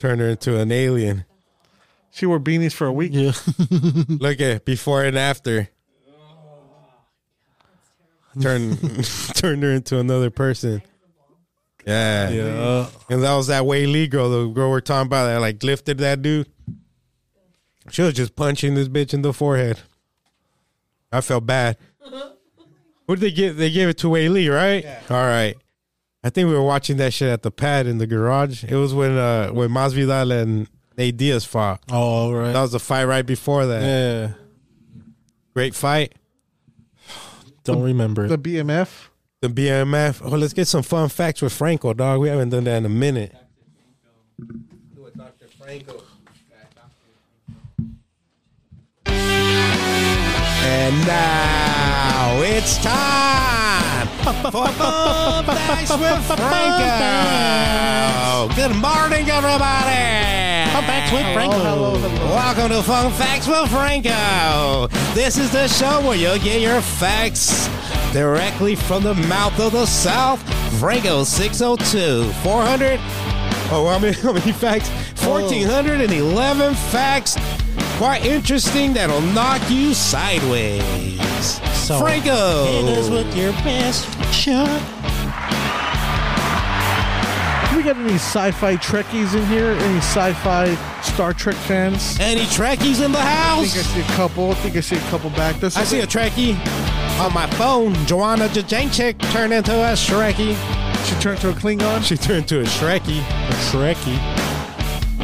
Speaker 2: Turned her into an alien.
Speaker 3: She wore beanies for a week.
Speaker 1: Yeah.
Speaker 2: Look at before and after. Turn [LAUGHS] turned her into another person. Yeah.
Speaker 1: [LAUGHS] Yeah.
Speaker 2: And that was that Way Lee girl, the girl we're talking about that like lifted that dude. She was just punching this bitch in the forehead. I felt bad. What did they give? They gave it to Way Lee, right? All right. I think we were watching that shit at the pad in the garage. It was when uh when Masvidal and Nate Diaz fought.
Speaker 1: Oh right.
Speaker 2: That was the fight right before that.
Speaker 1: yeah.
Speaker 2: Great fight.
Speaker 1: Don't remember.
Speaker 3: The BMF.
Speaker 2: The BMF. Oh, let's get some fun facts with Franco, dog. We haven't done that in a minute. And now it's time for Fun Facts with Franco. Good morning, everybody. Fun Facts with
Speaker 3: Franco. hello, hello.
Speaker 2: Welcome to Fun Facts with Franco. This is the show where you'll get your facts directly from the mouth of the South. Franco 602 400. Oh, how many, [LAUGHS] how many facts? 1,411 facts. Quite interesting that'll knock you sideways.
Speaker 1: So,
Speaker 2: Franco.
Speaker 1: your best shot.
Speaker 3: Do we got any sci-fi Trekkies in here? Any sci-fi Star Trek fans?
Speaker 2: Any Trekkies in the
Speaker 3: I think I
Speaker 2: house?
Speaker 3: see a couple. I think I see a couple back. This
Speaker 2: I see a Trekkie on my phone. Joanna Jajanchik turned into a Shrekkie.
Speaker 3: she turned to a Klingon.
Speaker 2: She turned into a Shrekkie.
Speaker 1: A Shrekky.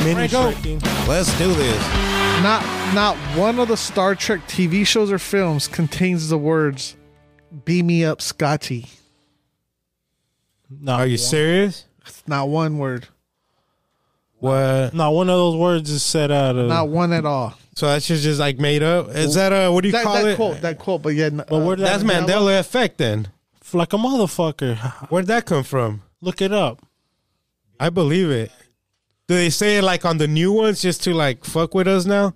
Speaker 1: Mini
Speaker 2: Franco.
Speaker 1: Shrekky.
Speaker 2: Let's do this.
Speaker 3: Not not one of the Star Trek TV shows or films contains the words "Beam me up, Scotty."
Speaker 1: No.
Speaker 2: Are you serious?
Speaker 3: It's not one word.
Speaker 2: What?
Speaker 1: Not one of those words is said out of.
Speaker 3: Not one at all.
Speaker 2: So that's just, just like made up? Is that a, what do you
Speaker 3: That,
Speaker 2: call
Speaker 3: that
Speaker 2: it?
Speaker 3: quote. That quote. But yeah. n-
Speaker 1: But
Speaker 3: uh,
Speaker 1: where did
Speaker 2: That's
Speaker 1: that,
Speaker 2: Mandela effect then.
Speaker 1: like a motherfucker. [LAUGHS]
Speaker 2: Where'd that come from?
Speaker 1: Look it up.
Speaker 2: I believe it. Do they say it like on the new ones just to like fuck with us now?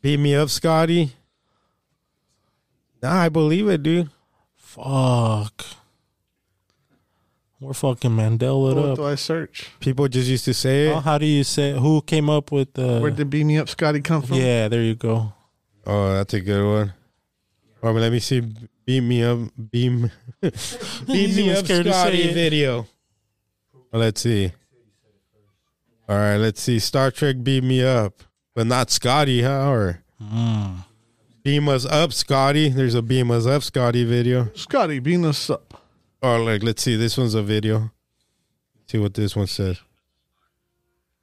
Speaker 2: Beat me up, Scotty. Nah, I believe it, dude.
Speaker 1: Fuck. We're fucking Mandela
Speaker 3: what
Speaker 1: it
Speaker 3: do
Speaker 1: up.
Speaker 3: I search?
Speaker 2: People just used to say
Speaker 1: How-
Speaker 2: it.
Speaker 1: How do you say who came up with the?
Speaker 3: Where did "Beam me up, Scotty" come from?
Speaker 1: yeah, there you go.
Speaker 2: Oh, that's a good one. Or let me see. Beat me up,
Speaker 1: [LAUGHS]
Speaker 2: beam, beat me
Speaker 1: even
Speaker 2: up,
Speaker 1: scared to say
Speaker 2: Scotty
Speaker 1: it.
Speaker 2: video. Well, let's see. All right, let's see. Star Trek beat me up, but not Scotty, huh? Or
Speaker 1: Hmm.
Speaker 2: beam us up, Scotty. There's a beam us up, Scotty video.
Speaker 3: Scotty, beam us up.
Speaker 2: Or like, let's see. This one's a video. See what this one says.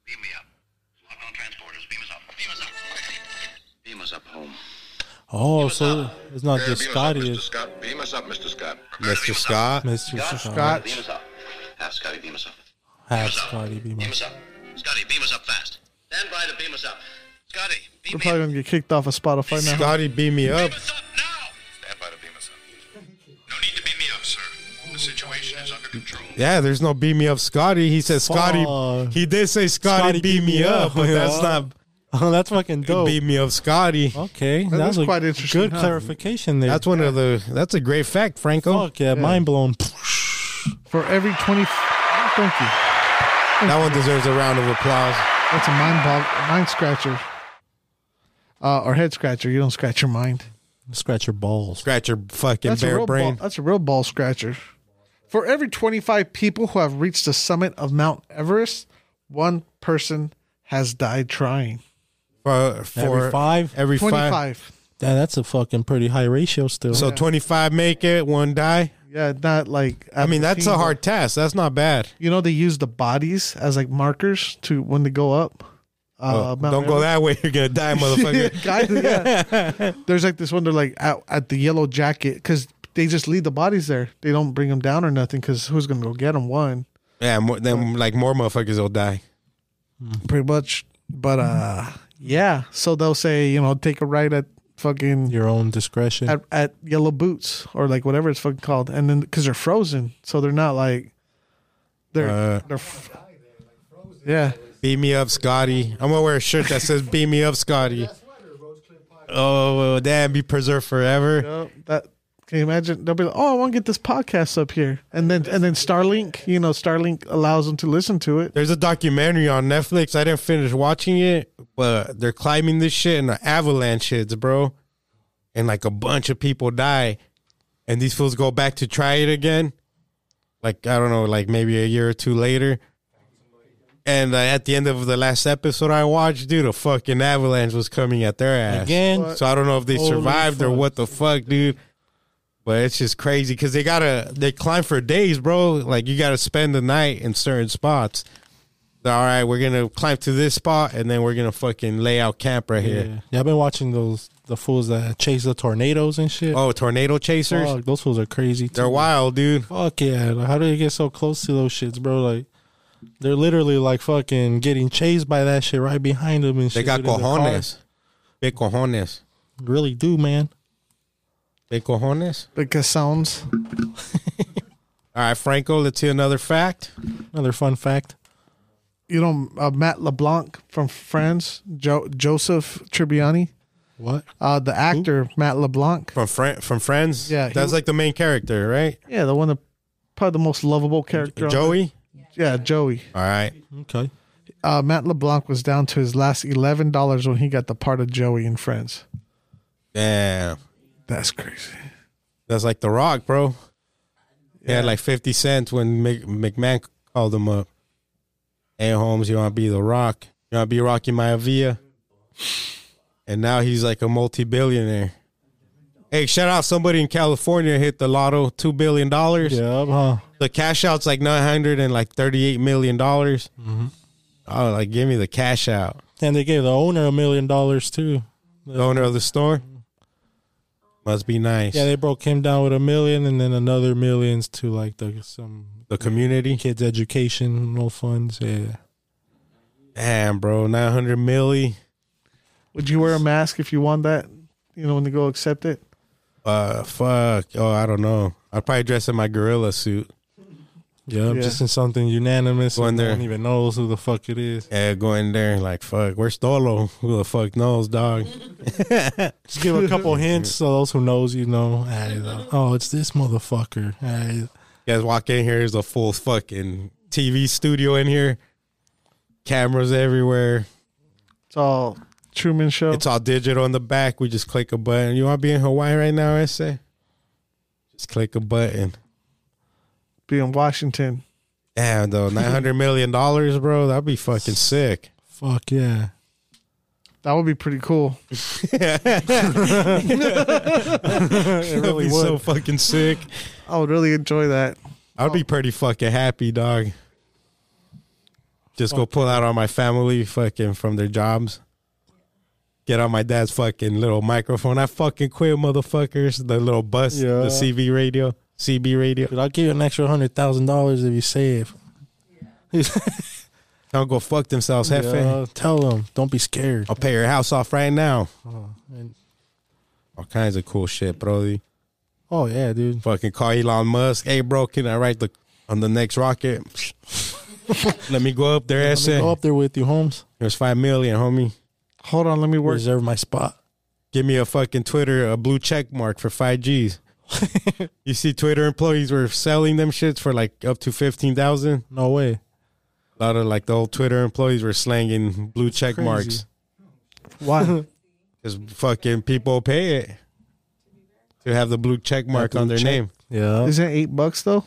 Speaker 5: Beam me up. Lock on transporters. Beam us up. Beam us up. Beam us up home.
Speaker 1: Oh, so it's not just Scotty,
Speaker 5: Mr.
Speaker 1: it's
Speaker 5: Scott. Beam us up, Mr. Scott.
Speaker 2: Mr. Scott.
Speaker 1: Mr. Scott.
Speaker 3: Scott.
Speaker 5: Beam us up. Have Scotty beam us up.
Speaker 1: Half Scotty B.
Speaker 5: Beam us up. Scotty, beam us up fast. Stand by to beam us up. Scotty, beam
Speaker 3: We're
Speaker 5: me
Speaker 3: probably
Speaker 5: up.
Speaker 3: gonna get kicked off of Spotify now.
Speaker 2: Scotty beat me up.
Speaker 5: Beam us up now. Stand by to beam us up. No need to beam me up, sir. The situation is under control.
Speaker 2: Yeah, there's no beat me up, Scotty. He said Scotty.
Speaker 1: Fuck.
Speaker 2: He did say Scotty, beat me up, but
Speaker 1: [LAUGHS]
Speaker 2: that's not
Speaker 1: Oh, that's fucking dope.
Speaker 2: beat me up, Scotty.
Speaker 1: Okay, that,
Speaker 3: was
Speaker 1: was a
Speaker 3: quite interesting,
Speaker 1: Good
Speaker 3: huh?
Speaker 1: clarification there.
Speaker 2: That's one of the. That's a great fact, Franco.
Speaker 1: fuck yeah, mind blown. [LAUGHS]
Speaker 3: For every twenty, thank you.
Speaker 2: That one deserves a round of applause.
Speaker 3: That's a mind bog, mind scratcher, uh, or head scratcher. You don't scratch your mind.
Speaker 1: Scratch your balls.
Speaker 2: Scratch your fucking
Speaker 3: That's a
Speaker 2: bare
Speaker 3: real
Speaker 2: brain.
Speaker 3: Ball, that's a real ball scratcher. For every 25 people who have reached the summit of Mount Everest, one person has died trying.
Speaker 2: For, for
Speaker 1: Every five.
Speaker 2: every five.
Speaker 3: 25.
Speaker 1: Damn, that's a fucking pretty high ratio still.
Speaker 2: So twenty five make it, one die.
Speaker 3: Yeah, not like
Speaker 2: I mean, that's a hard task. That's not bad.
Speaker 3: You know, they use the bodies as like markers to when they go up.
Speaker 2: Oh,
Speaker 3: Uh, Mount
Speaker 2: don't go
Speaker 3: Everest.
Speaker 2: that way. [LAUGHS] You're gonna
Speaker 3: [LAUGHS]
Speaker 2: die, motherfucker.
Speaker 3: Kinda, yeah. [LAUGHS] There's like this one. They're like at, at the yellow jacket because they just leave the bodies there. They don't bring them down or nothing because who's gonna go get them? One
Speaker 2: yeah, more, then like more motherfuckers will die.
Speaker 3: pretty much. But uh, yeah. So they'll say you know take a right at fucking
Speaker 1: Your own discretion.
Speaker 3: at, at yellow boots or like whatever it's fucking called, and then because they're frozen, so they're not like they're
Speaker 2: Uh.
Speaker 3: they're f- yeah.
Speaker 2: Beat me up, Scotty. I'm gonna wear a shirt that says "Beat me up, Scotty." Oh well, damn, be preserved forever.
Speaker 3: Yep, that can you imagine? They'll be like, "Oh, I want to get this podcast up here," and then and then Starlink, you know, Starlink allows them to listen to it.
Speaker 2: There's a documentary on Netflix. I didn't finish watching it, but they're climbing this shit and the avalanche hits, bro. And like a bunch of people die. And these fools go back to try it again. Like, I don't know, like maybe a year or two later. And uh, at the end of the last episode I watched, dude, a fucking avalanche was coming at their ass.
Speaker 1: Again?
Speaker 2: So I don't know if they
Speaker 1: Holy
Speaker 2: survived or
Speaker 1: fuck.
Speaker 2: what the fuck, dude. But it's just crazy because they gotta they climb for days, bro. Like you gotta spend the night in certain spots. All right, we're gonna climb to this spot and then we're gonna fucking lay out camp right
Speaker 1: yeah.
Speaker 2: here.
Speaker 1: yeah, I've been watching those the fools that chase the tornadoes and shit.
Speaker 2: Oh, tornado chasers.
Speaker 1: Fuck, those fools are crazy.
Speaker 2: They're
Speaker 1: too.
Speaker 2: wild, dude.
Speaker 1: Fuck yeah! Like, how do they get so close to those shits, bro? Like, they're literally like fucking getting chased by that shit right behind them and
Speaker 2: They
Speaker 1: shit.
Speaker 2: got
Speaker 1: dude, in the car.
Speaker 2: cojones. Big cojones.
Speaker 1: Really do, man.
Speaker 2: Big cojones.
Speaker 3: Because sounds
Speaker 2: All right, Franco, let's hear another fact.
Speaker 1: Another fun fact.
Speaker 3: you know uh, Matt LeBlanc from Friends, jo- Joseph Tribbiani,
Speaker 1: What?
Speaker 3: uh, the actor Matt LeBlanc,
Speaker 2: From Fran- from Friends?
Speaker 3: Yeah, he-
Speaker 2: That's like the main character, right?
Speaker 3: yeah, the one that probably the most lovable character, on
Speaker 2: Joey?
Speaker 3: the- yeah, Joey.
Speaker 2: All right.
Speaker 1: Okay.
Speaker 3: Uh, Matt LeBlanc was down to his last eleven dollars when he got the part of Joey in Friends.
Speaker 2: Damn.
Speaker 3: That's crazy.
Speaker 2: That's like The Rock, bro. He had like 50 cents when Mc- McMahon called him up. Hey, Holmes, you want to be The Rock? You want to be Rocky Maivia? And now he's like a multi billionaire. Hey, shout out somebody in California hit the lotto $2 billion.
Speaker 1: Yeah, uh-huh. huh?
Speaker 2: The cash out's like 900 and like $38 million.
Speaker 1: Mm-hmm.
Speaker 2: Oh, like, give me the cash out.
Speaker 1: And they gave the owner a million dollars too.
Speaker 2: The owner of the store? Must be nice.
Speaker 1: Mm-hmm. Yeah, they broke him down with a million, and then another millions to like the some
Speaker 2: the community.
Speaker 1: kids' educational funds. Yeah.
Speaker 2: Damn, bro, 900 milli.
Speaker 3: Would you wear a mask if you won that? You know when they go accept it.
Speaker 2: Uh, fuck. Oh, I don't know. I'd probably dress in my gorilla suit.
Speaker 1: Yeah,
Speaker 3: Yeah.
Speaker 1: just in something unanimous.
Speaker 2: Go in
Speaker 1: and no
Speaker 2: there.
Speaker 1: one even knows who the fuck it is.
Speaker 2: Yeah, go in there and like, fuck, where's Tolo? [LAUGHS] Who the fuck knows, dog?
Speaker 1: Just give a couple hints so those who knows you know. Hey, the- Oh, it's this motherfucker. Hey,
Speaker 2: You guys walk in here, there's a full fucking TV studio in here. Cameras everywhere.
Speaker 3: It's all Truman Show.
Speaker 2: It's all digital in the back. We just click a button. You want to be in Hawaii right now, Essay? Just click a button.
Speaker 3: be in Washington.
Speaker 2: Damn, though, $900 million, bro. That'd be fucking sick.
Speaker 1: fuck yeah.
Speaker 3: That would be pretty cool.
Speaker 1: It
Speaker 2: That'd
Speaker 1: really
Speaker 2: be
Speaker 1: would.
Speaker 2: so fucking sick.
Speaker 3: I would really enjoy that.
Speaker 1: Oh.
Speaker 2: I'd be pretty fucking happy, dog. Just go pull out all my family fucking from their jobs. Get on my dad's fucking little microphone. I fucking quit, motherfuckers. The little bus,
Speaker 1: Yeah.
Speaker 2: the CV radio, CB radio.
Speaker 1: Dude, I'll give you an extra hundred thousand dollars if you save.
Speaker 2: Don't go fuck themselves, jefe.
Speaker 1: Yeah, tell them, don't be scared.
Speaker 2: I'll pay your house off right now.
Speaker 1: Oh, And-
Speaker 2: All kinds of cool shit, bro.
Speaker 1: oh yeah, dude.
Speaker 2: Fucking call Elon Musk. Hey, bro, can I write the on the next rocket? [LAUGHS] Let me go up there,
Speaker 1: Let me go
Speaker 2: SA.
Speaker 1: up there with you, Holmes.
Speaker 2: There's five million, homie.
Speaker 3: Hold on, let me work.
Speaker 1: Reserve my
Speaker 3: [LAUGHS]
Speaker 1: spot.
Speaker 2: give me a fucking Twitter, a blue check mark for five G's. you see, Twitter employees were selling them shits for like up to fifteen thousand.
Speaker 1: No way.
Speaker 2: A lot of like the old Twitter employees were slanging blue check
Speaker 1: crazy.
Speaker 2: marks [LAUGHS]
Speaker 3: Why?
Speaker 2: because fucking people pay it to have the blue check mark
Speaker 1: blue
Speaker 2: on their
Speaker 1: check.
Speaker 2: name.
Speaker 1: Yeah.
Speaker 3: Isn't it eight bucks though?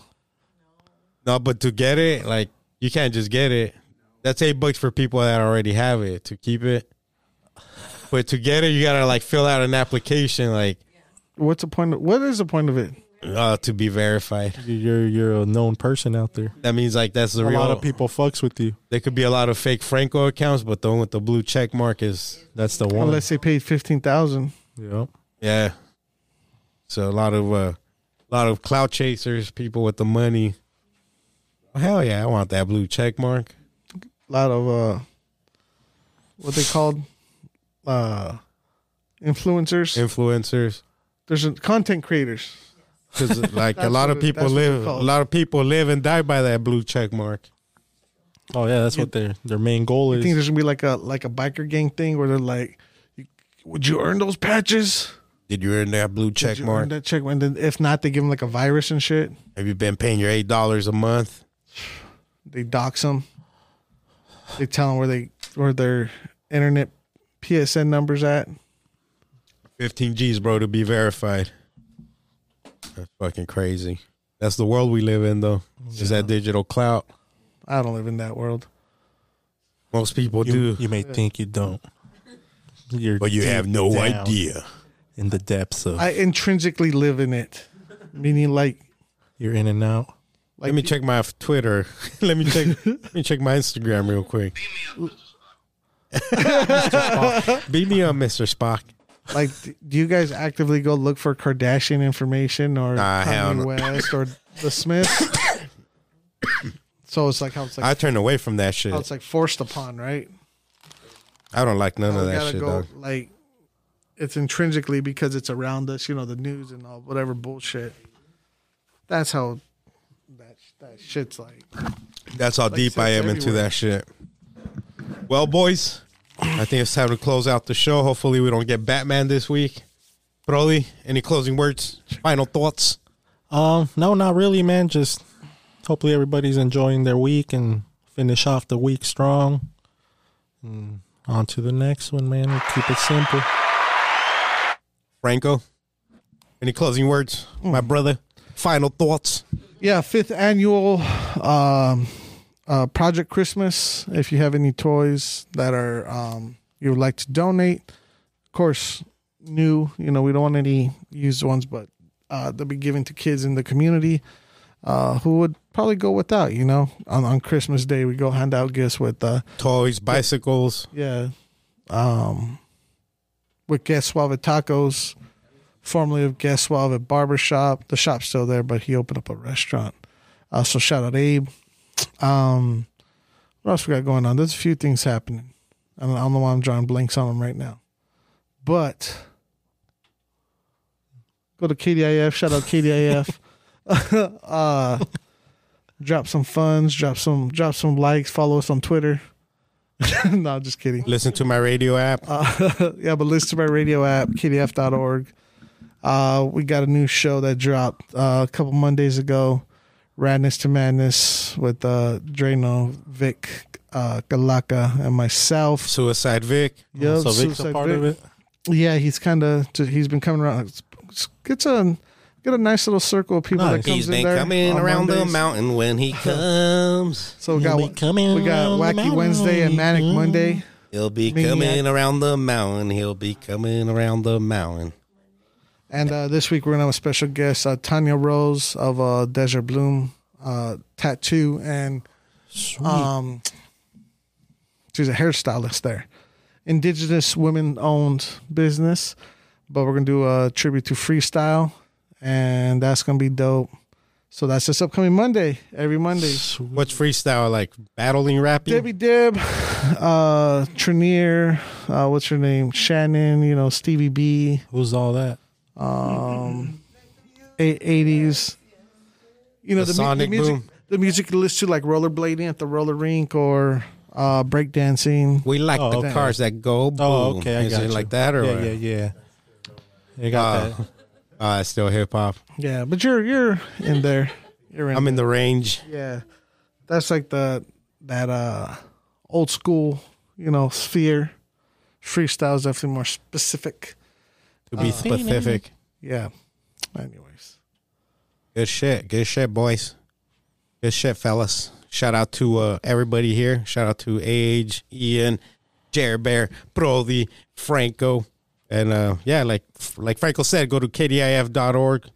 Speaker 2: No, but to get it, like you can't just get it. That's eight bucks for people that already have it to keep it. But to get it, you gotta like fill out an application, like.
Speaker 3: What's the point? Of, what is the point of it?
Speaker 2: uh, to be verified.
Speaker 1: You- You're you're a known person out there.
Speaker 2: That means like that's the
Speaker 1: A
Speaker 2: real.
Speaker 1: lot of people fucks with you.
Speaker 2: There could be a lot of fake Franco accounts, but the one with the blue check mark is
Speaker 1: That's the one.
Speaker 3: Unless they paid fifteen thousand.
Speaker 1: Yep.
Speaker 2: yeah. So a lot of uh, a lot of clout chasers, people with the money. Hell yeah, I want that blue check mark.
Speaker 3: A lot of uh, what they called uh, influencers.
Speaker 2: Influencers.
Speaker 3: There's a, content creators. [LAUGHS]
Speaker 2: Because like a
Speaker 3: That's
Speaker 2: lot
Speaker 3: what
Speaker 2: of
Speaker 3: it-
Speaker 2: people
Speaker 3: that's what
Speaker 2: live,
Speaker 3: it's
Speaker 2: a
Speaker 3: called.
Speaker 2: lot of people live and die by that blue check mark.
Speaker 1: Oh yeah, that's what their their main goal
Speaker 3: I think
Speaker 1: is.
Speaker 3: there's gonna be like a like a biker gang thing where they're like, "You- "Would you earn those patches?
Speaker 2: Did you earn that blue
Speaker 3: Did
Speaker 2: check
Speaker 3: you earn
Speaker 2: mark?
Speaker 3: that check mark?" And then if not, they give them like a virus and shit.
Speaker 2: Have you been paying your eight dollars a month?
Speaker 3: They dox them. They tell them where they where their internet PSN numbers at.
Speaker 2: Fifteen G's, bro, to be verified. That's fucking crazy. That's the world we live in, though. It's Just that digital clout.
Speaker 3: I don't live in that world.
Speaker 2: Most people
Speaker 1: You,
Speaker 2: do,
Speaker 1: you may think you don't. You're
Speaker 2: but you
Speaker 1: deep
Speaker 2: have no
Speaker 1: down
Speaker 2: idea.
Speaker 1: in the depths of
Speaker 3: I intrinsically live in it, meaning like
Speaker 1: you're in and out.
Speaker 3: like
Speaker 2: Let me check my f- Twitter. [LAUGHS] let me check.
Speaker 3: [LAUGHS]
Speaker 2: let me check my Instagram real quick. Beat me up, Mister Spock.
Speaker 3: like d- do you guys actively go look for Kardashian information or
Speaker 2: Nah, hell
Speaker 3: Kanye
Speaker 2: no.
Speaker 3: West or
Speaker 2: [COUGHS]
Speaker 3: the Smiths? so it's like how it's like
Speaker 2: I turned away from that shit.
Speaker 3: how it's like forced upon, right?
Speaker 2: I don't like none of
Speaker 3: we
Speaker 2: that
Speaker 3: gotta
Speaker 2: shit,
Speaker 3: go
Speaker 2: dog.
Speaker 3: like it's intrinsically because it's around us, you know, the news and all whatever bullshit. That's how that that shit's like.
Speaker 2: That's how deep
Speaker 3: so
Speaker 2: I
Speaker 3: it's
Speaker 2: am into
Speaker 3: everywhere.
Speaker 2: that shit. Well, boys, I think it's time to close out the show. Hopefully, we don't get Batman this week. Broly, any closing words? Final thoughts?
Speaker 1: Um, no, not really, man. Just hopefully everybody's enjoying their week and finish off the week strong. And on to the next one, man. We'll keep it simple.
Speaker 2: Franco, any closing words?
Speaker 3: Hmm.
Speaker 2: My brother, final thoughts?
Speaker 3: Yeah, fifth annual um, uh, Project Christmas. If you have any toys that are um, you would like to donate, of course, new. You know, we don't want any used ones, but uh, they'll be given to kids in the community uh, who would probably go without. You know, on, on Christmas Day, we go hand out gifts with uh,
Speaker 2: Toys, bicycles,
Speaker 3: yeah, um, with Guest Suave Tacos, formerly of Guest Suave Barbershop. The shop's still there, but he opened up a restaurant. Uh, so shout out Abe. Um, what else we got going on? There's a few things happening. I don't, I don't know why I'm drawing blanks on them right now, but go to KDIF. Shout out KDIF. [LAUGHS] uh, drop some funds. Drop some. Drop some likes. Follow us on Twitter. [LAUGHS] no, just kidding.
Speaker 2: listen to my radio app.
Speaker 3: Uh, yeah, but listen to my radio app, kdf.org. Uh, we got a new show that dropped uh, a couple Mondays ago, Radness to Madness with uh, Drano, Vic, uh, Galaka, and myself.
Speaker 2: Suicide Vic.
Speaker 3: Yeah,
Speaker 1: so Vic's a
Speaker 3: Suicide
Speaker 1: part
Speaker 3: Vic.
Speaker 1: of it.
Speaker 3: Yeah, he's kind of he's been coming around. It's, it's- it's a get a nice little circle of people
Speaker 1: Nice.
Speaker 3: that comes in there on Mondays.
Speaker 2: mountain when he comes.
Speaker 3: So we got
Speaker 1: He'll be coming
Speaker 3: we got
Speaker 1: around the Mm-hmm.
Speaker 3: Wacky
Speaker 1: mountain
Speaker 3: Wednesday and
Speaker 1: when
Speaker 3: Manic
Speaker 1: he
Speaker 3: Monday.
Speaker 2: He'll be
Speaker 3: Maniac. coming
Speaker 2: around the mountain. He'll be coming around the mountain.
Speaker 3: And uh, this week we're gonna have a special guest, uh, Tanya Rose of uh, Desert Bloom uh, Tattoo, and
Speaker 1: Sweet.
Speaker 3: um, she's a hairstylist there. Indigenous women-owned business, but we're gonna do a tribute to freestyle, and that's gonna be dope. So that's this upcoming Monday. Every Monday,
Speaker 2: What's freestyle like? Battling rapping?
Speaker 3: Debbie Dib, uh, Trenier, uh, what's her name? Shannon, you know Stevie B.
Speaker 1: Who's all that?
Speaker 3: eighties. You know
Speaker 2: The
Speaker 3: the, mu-
Speaker 2: sonic
Speaker 3: the music.
Speaker 2: boom.
Speaker 3: The music you listen to, like rollerblading at the roller rink or uh, breakdancing.
Speaker 2: We like
Speaker 1: Oh,
Speaker 2: the
Speaker 1: okay.
Speaker 2: cars that go boom.
Speaker 1: Oh, okay, I
Speaker 2: Is
Speaker 1: got
Speaker 2: it
Speaker 1: you.
Speaker 2: like that or
Speaker 1: yeah,
Speaker 2: what?
Speaker 1: yeah, yeah. You got
Speaker 2: Uh, [LAUGHS]
Speaker 1: that.
Speaker 2: Uh, it's still hip hop.
Speaker 3: Yeah, but you're you're in there. You're in.
Speaker 2: I'm in the range.
Speaker 3: yeah, that's like the that uh old school you know sphere. Freestyle is definitely more specific.
Speaker 2: To be specific.
Speaker 3: Yeah. Anyways,
Speaker 2: Good shit. Good shit, boys. Good shit, fellas. Shout out to uh, everybody here. Shout out to Age, Ian, Jer Bear, Brody, Franco. And uh, yeah, like like Franco said, go to kdif.org.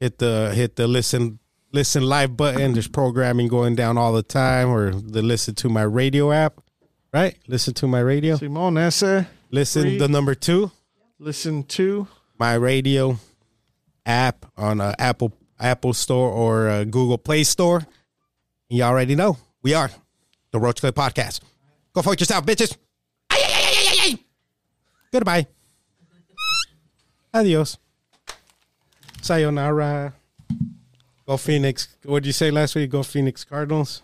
Speaker 2: hit the hit the listen listen live button. There's programming going down all the time, or the listen to my radio app, right? Listen to my radio.
Speaker 3: Simon Essa,
Speaker 2: Listen
Speaker 3: Free.
Speaker 2: the number two,
Speaker 3: listen to
Speaker 2: my radio app on uh, Apple Apple Store or uh, Google Play Store. You already know we are the Roach Clip Podcast. Go fuck yourself, bitches. Ay, ay, ay, ay, ay, ay. Goodbye. Adios. Sayonara. Go Phoenix. What did you say last week? Go Phoenix Cardinals.